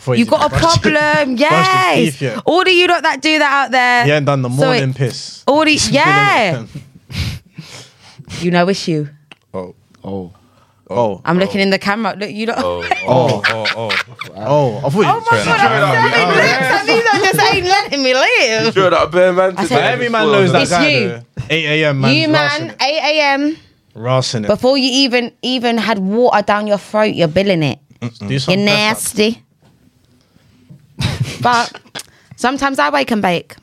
You got a problem,
teeth
yes.
yet.
All of you lot that do that out there,
You ain't done the
So it-
morning piss.
All the yeah, you know it's you.
Oh,
Oh,
Oh,
I'm looking in the camera. Look, you lot. Oh,
oh, oh, oh.
oh, I thought you.
my god, I'm
Turn
selling looks, and these lot just ain't letting me live.
Sure, that bare man.
I
did
said-
that.
Every man knows that
It's
guy.
you.
though. 8 a.m. man.
You man, 8 a.m.
rassing it.
before you even even had water down your throat, you're billing it.
Do
You're
something.
nasty. but sometimes I wake and bake.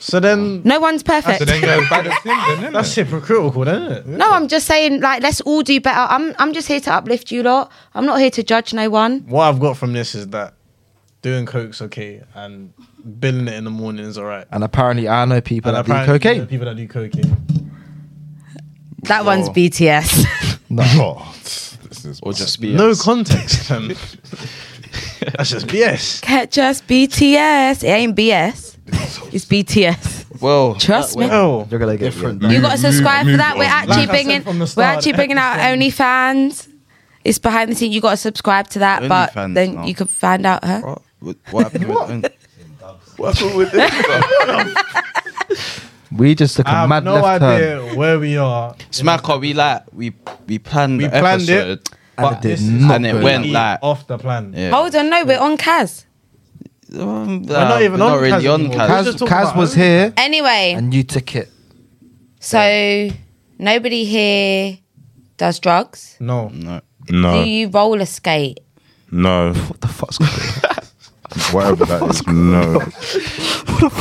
So then
No one's perfect.
So then go bad as him, then,
that's
innit?
hypocritical, then, isn't it?
No, I'm just saying, like, let's all do better. I'm I'm just here to uplift you lot. I'm not here to judge no one.
What I've got from this is that doing coke's okay and billing it in the morning is all right.
and apparently I know people
And
that do
apparently
cocaine.
the People that do cocaine.
That one's BTS.
No. This is
or just be
No context. Man. That's just BS.
Catch us BTS. It ain't BS. It's BTS.
well.
Trust
that
me.
went
Oh,
You're gonna get
different.
You
Move-
got to subscribe
move-
for that.
move
We're
on.
actually
Like I said
bringing
from the
we're
start,
actually bringing out OnlyFans. It's behind the scenes. You got to subscribe to that, but
OnlyFans, Oh,
then
no.
you can find out her.
What, what happened? with,
What's wrong with this?
We just took a
I have
mad
no
left
idea
turn.
where we are.
Smack up, we like we we planned
We
the
planned it.
episode.
And it
this
did
is-
not
and it
go
went
down.
Be
like-
off the plan.
Yeah.
Hold on, no, we're on Kaz.
Um,
We're not even on
really
Kaz
on
anymore.
Kaz.
We're just
Kaz,
talking
Kaz
about
was
everything.
here
Anyway,
and you took it.
so nobody here does drugs.
No.
No.
No,
Do you roller skate?
no,
What the fuck's going on?
whatever that is, no.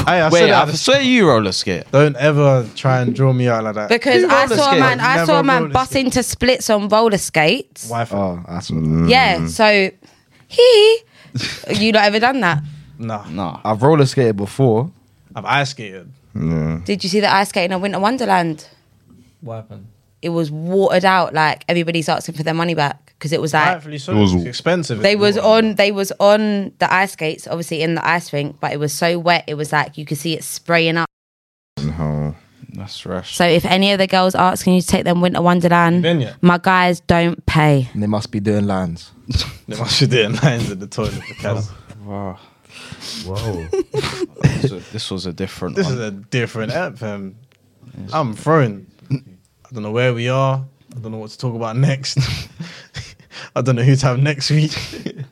Hey, I
Wait,
said
I
that.
swear you roller skate.
Don't ever try and draw me out like that.
Because I
roller
saw a
skate?
man, I
Never
saw a
roller
man bust
skate.
into splits on roller skates.
Wife.
Oh, that's
Yeah, so he, you not ever done that?
Nah.
Nah.
I've roller skated before.
I've ice skated.
Yeah.
Did you see the ice skating in Winter Wonderland?
What happened?
It was watered out. Like everybody's asking for their money back because it was like
Rightfully so.
It was-
it's expensive.
they was on they was on the ice skates, obviously in the ice rink, but it was so wet it was like you could see it spraying up.
No.
That's rash.
So if any of the girls ask, can you take them Winter Wonderland?
Been yet?
My guys don't pay.
And they must be doing lines.
They must have done lines in the toilet. Because
Wow.
Whoa.
This was- this was a different
this
one.
is a different app, fam. I'm throwing. I don't know where we are. I don't know what to talk about next. I don't know who to have next week.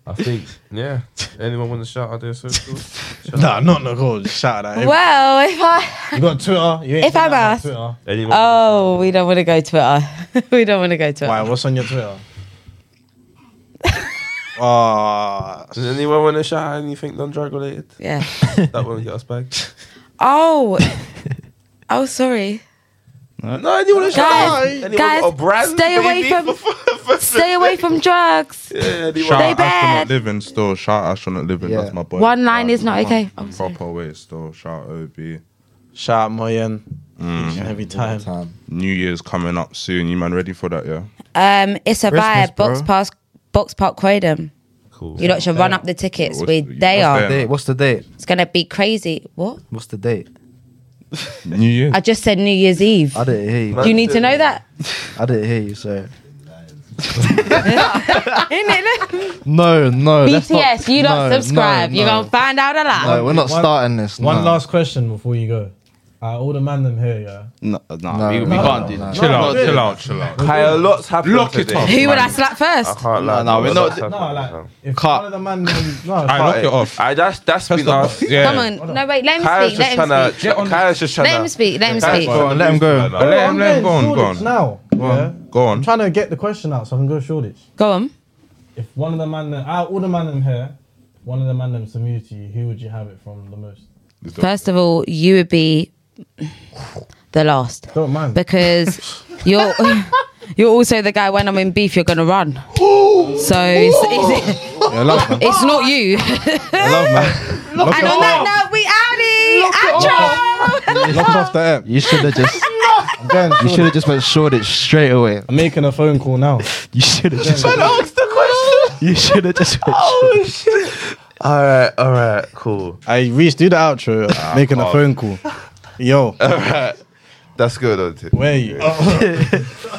I think, yeah. Anyone want to shout out their socials? Shout
nah, not Nicole. Just shout out. What?
Well, if I
You got Twitter. You ain't
If I'm
got
asked-
Twitter.
Anyone?
oh, we don't want to go Twitter. we don't want to go Twitter.
Why? What's on your Twitter? Ah,
Does anyone want to shout out anything non-drug related?
Yeah.
that won't get us back.
Oh. oh, sorry.
No, anyone want to shout out?
Guys,
Anyone
guys,
got a brand
stay away
maybe
from-
for- for-
Stay away from drugs.
Yeah, anyone-
Shout
They
out Astronaut
bad.
Living still. Shout out Astronaut Living.
Yeah.
That's my boy.
One line is not
Shout out
okay.
my
Oh, sorry.
proper way still. Shout out OB.
shout out Moyen. Each and every time.
Time.
New Year's coming up soon. You man ready for that, yeah?
Um, it's a
Christmas,
vibe. Box
bro.
Park, Box Park Croydon.
Cool.
You lot should run up the tickets.
What's-
We they
what's
are.
that?
Date. What's the date?
It's gonna be crazy. What?
What's the date?
New Year.
I just said New Year's Eve.
I didn't hear you.
Do you need to know that?
I didn't hear you, sir.
Isn't it?
No, no. Oh, that's not-
BTS, you don't
no,
subscribe.
no,
You're
no.
gonna find out a lot.
No, we're not
One-
starting this.
One
no.
last question before you go. Uh, all the man them here, yeah.
No, no,
No,
we, we
no,
can't do
no,
that.
no.
Chill
No,
out,
no,
chill out, chill out.
Kyle, lots happened
Lock it
today.
up.
Who would I
man.
slap first?
I
Uh-huh.
can't lie.
No, no, we're
lots
not-
happened.
No, like if
Cut.
one of the man them, no,
Alright, lock it off.
I, that's that's been our.
Yeah.
Come on. No, wait. Let him
Kyle's
speak. Let
just
him
trying
speak.
to. Kyle's just trying to.
Let him speak. Let him
Kyle's
speak.
trying to
on, let him
lose
go.
that now.
Let
No,
him-
I'm
let him
going
go on, go
Shoreditch
on.
Now,
Go on.
I'm
Go on.
trying to get the question out so I can go Shoreditch.
Go on.
If one of the man, them, out of all the man them here, one of the man them submitted to you, who would you have it from the most?
First of all, you would be the last
Don't mind.
because you're you're also the guy when I'm in beef, you're gonna run. So it's, it's, it's not you. and on that note, we outie. Outro.
Knock off the app.
You should have just.
I'm going
You should
Shoreditch.
have just went Shoreditch straight away.
I'm making a phone call now.
You should have just.
Ask the question.
you should have just.
All right, all right, cool.
I Reese, do the outro. making a phone call. Yo,
That's good. Isn't it?
where you?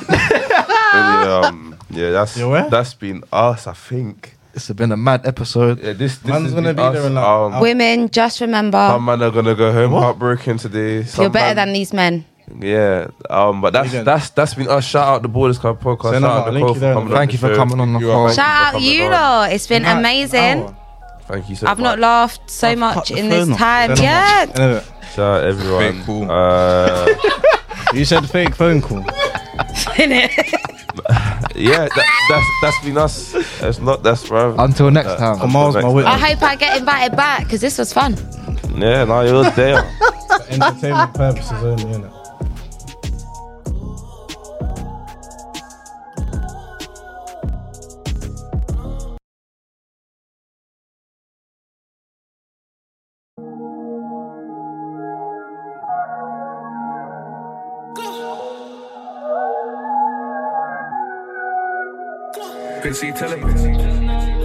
Really, um, yeah, that's
You're where?
that's been us, I think.
It's been a mad episode.
Yeah, this this
Man's
has
gonna
been
be
us.
there in like-
um,
Women, just remember,
some man are gonna go home heartbroken today. Some
you're better
man-
than these men.
yeah. Um, but that's
How you doing?
that's that's been us. Shout out the Borders Club podcast.
Send them
Shout
out.
out
Link
Nicole
you
for
there.
coming.
Thank you for coming on the
You are
call.
welcome.
Shout
for
out
coming
you
on.
lot. It's been amazing.
Thank you so
I've not
much.
laughed so
I've cut
much
the
in
phone
this
off.
time. Yeah.
Anyway,
Shout out everyone.
Fake call.
Uh,
you said fake phone call.
yeah, that, that's that's been us. It's not that's right.
Until next time.
Until
Miles, my
Uh, next
witness.
I hope I get invited back because this was fun.
time. Yeah, no, you're there.
For entertainment purposes only, innit?
Quincy, tell him.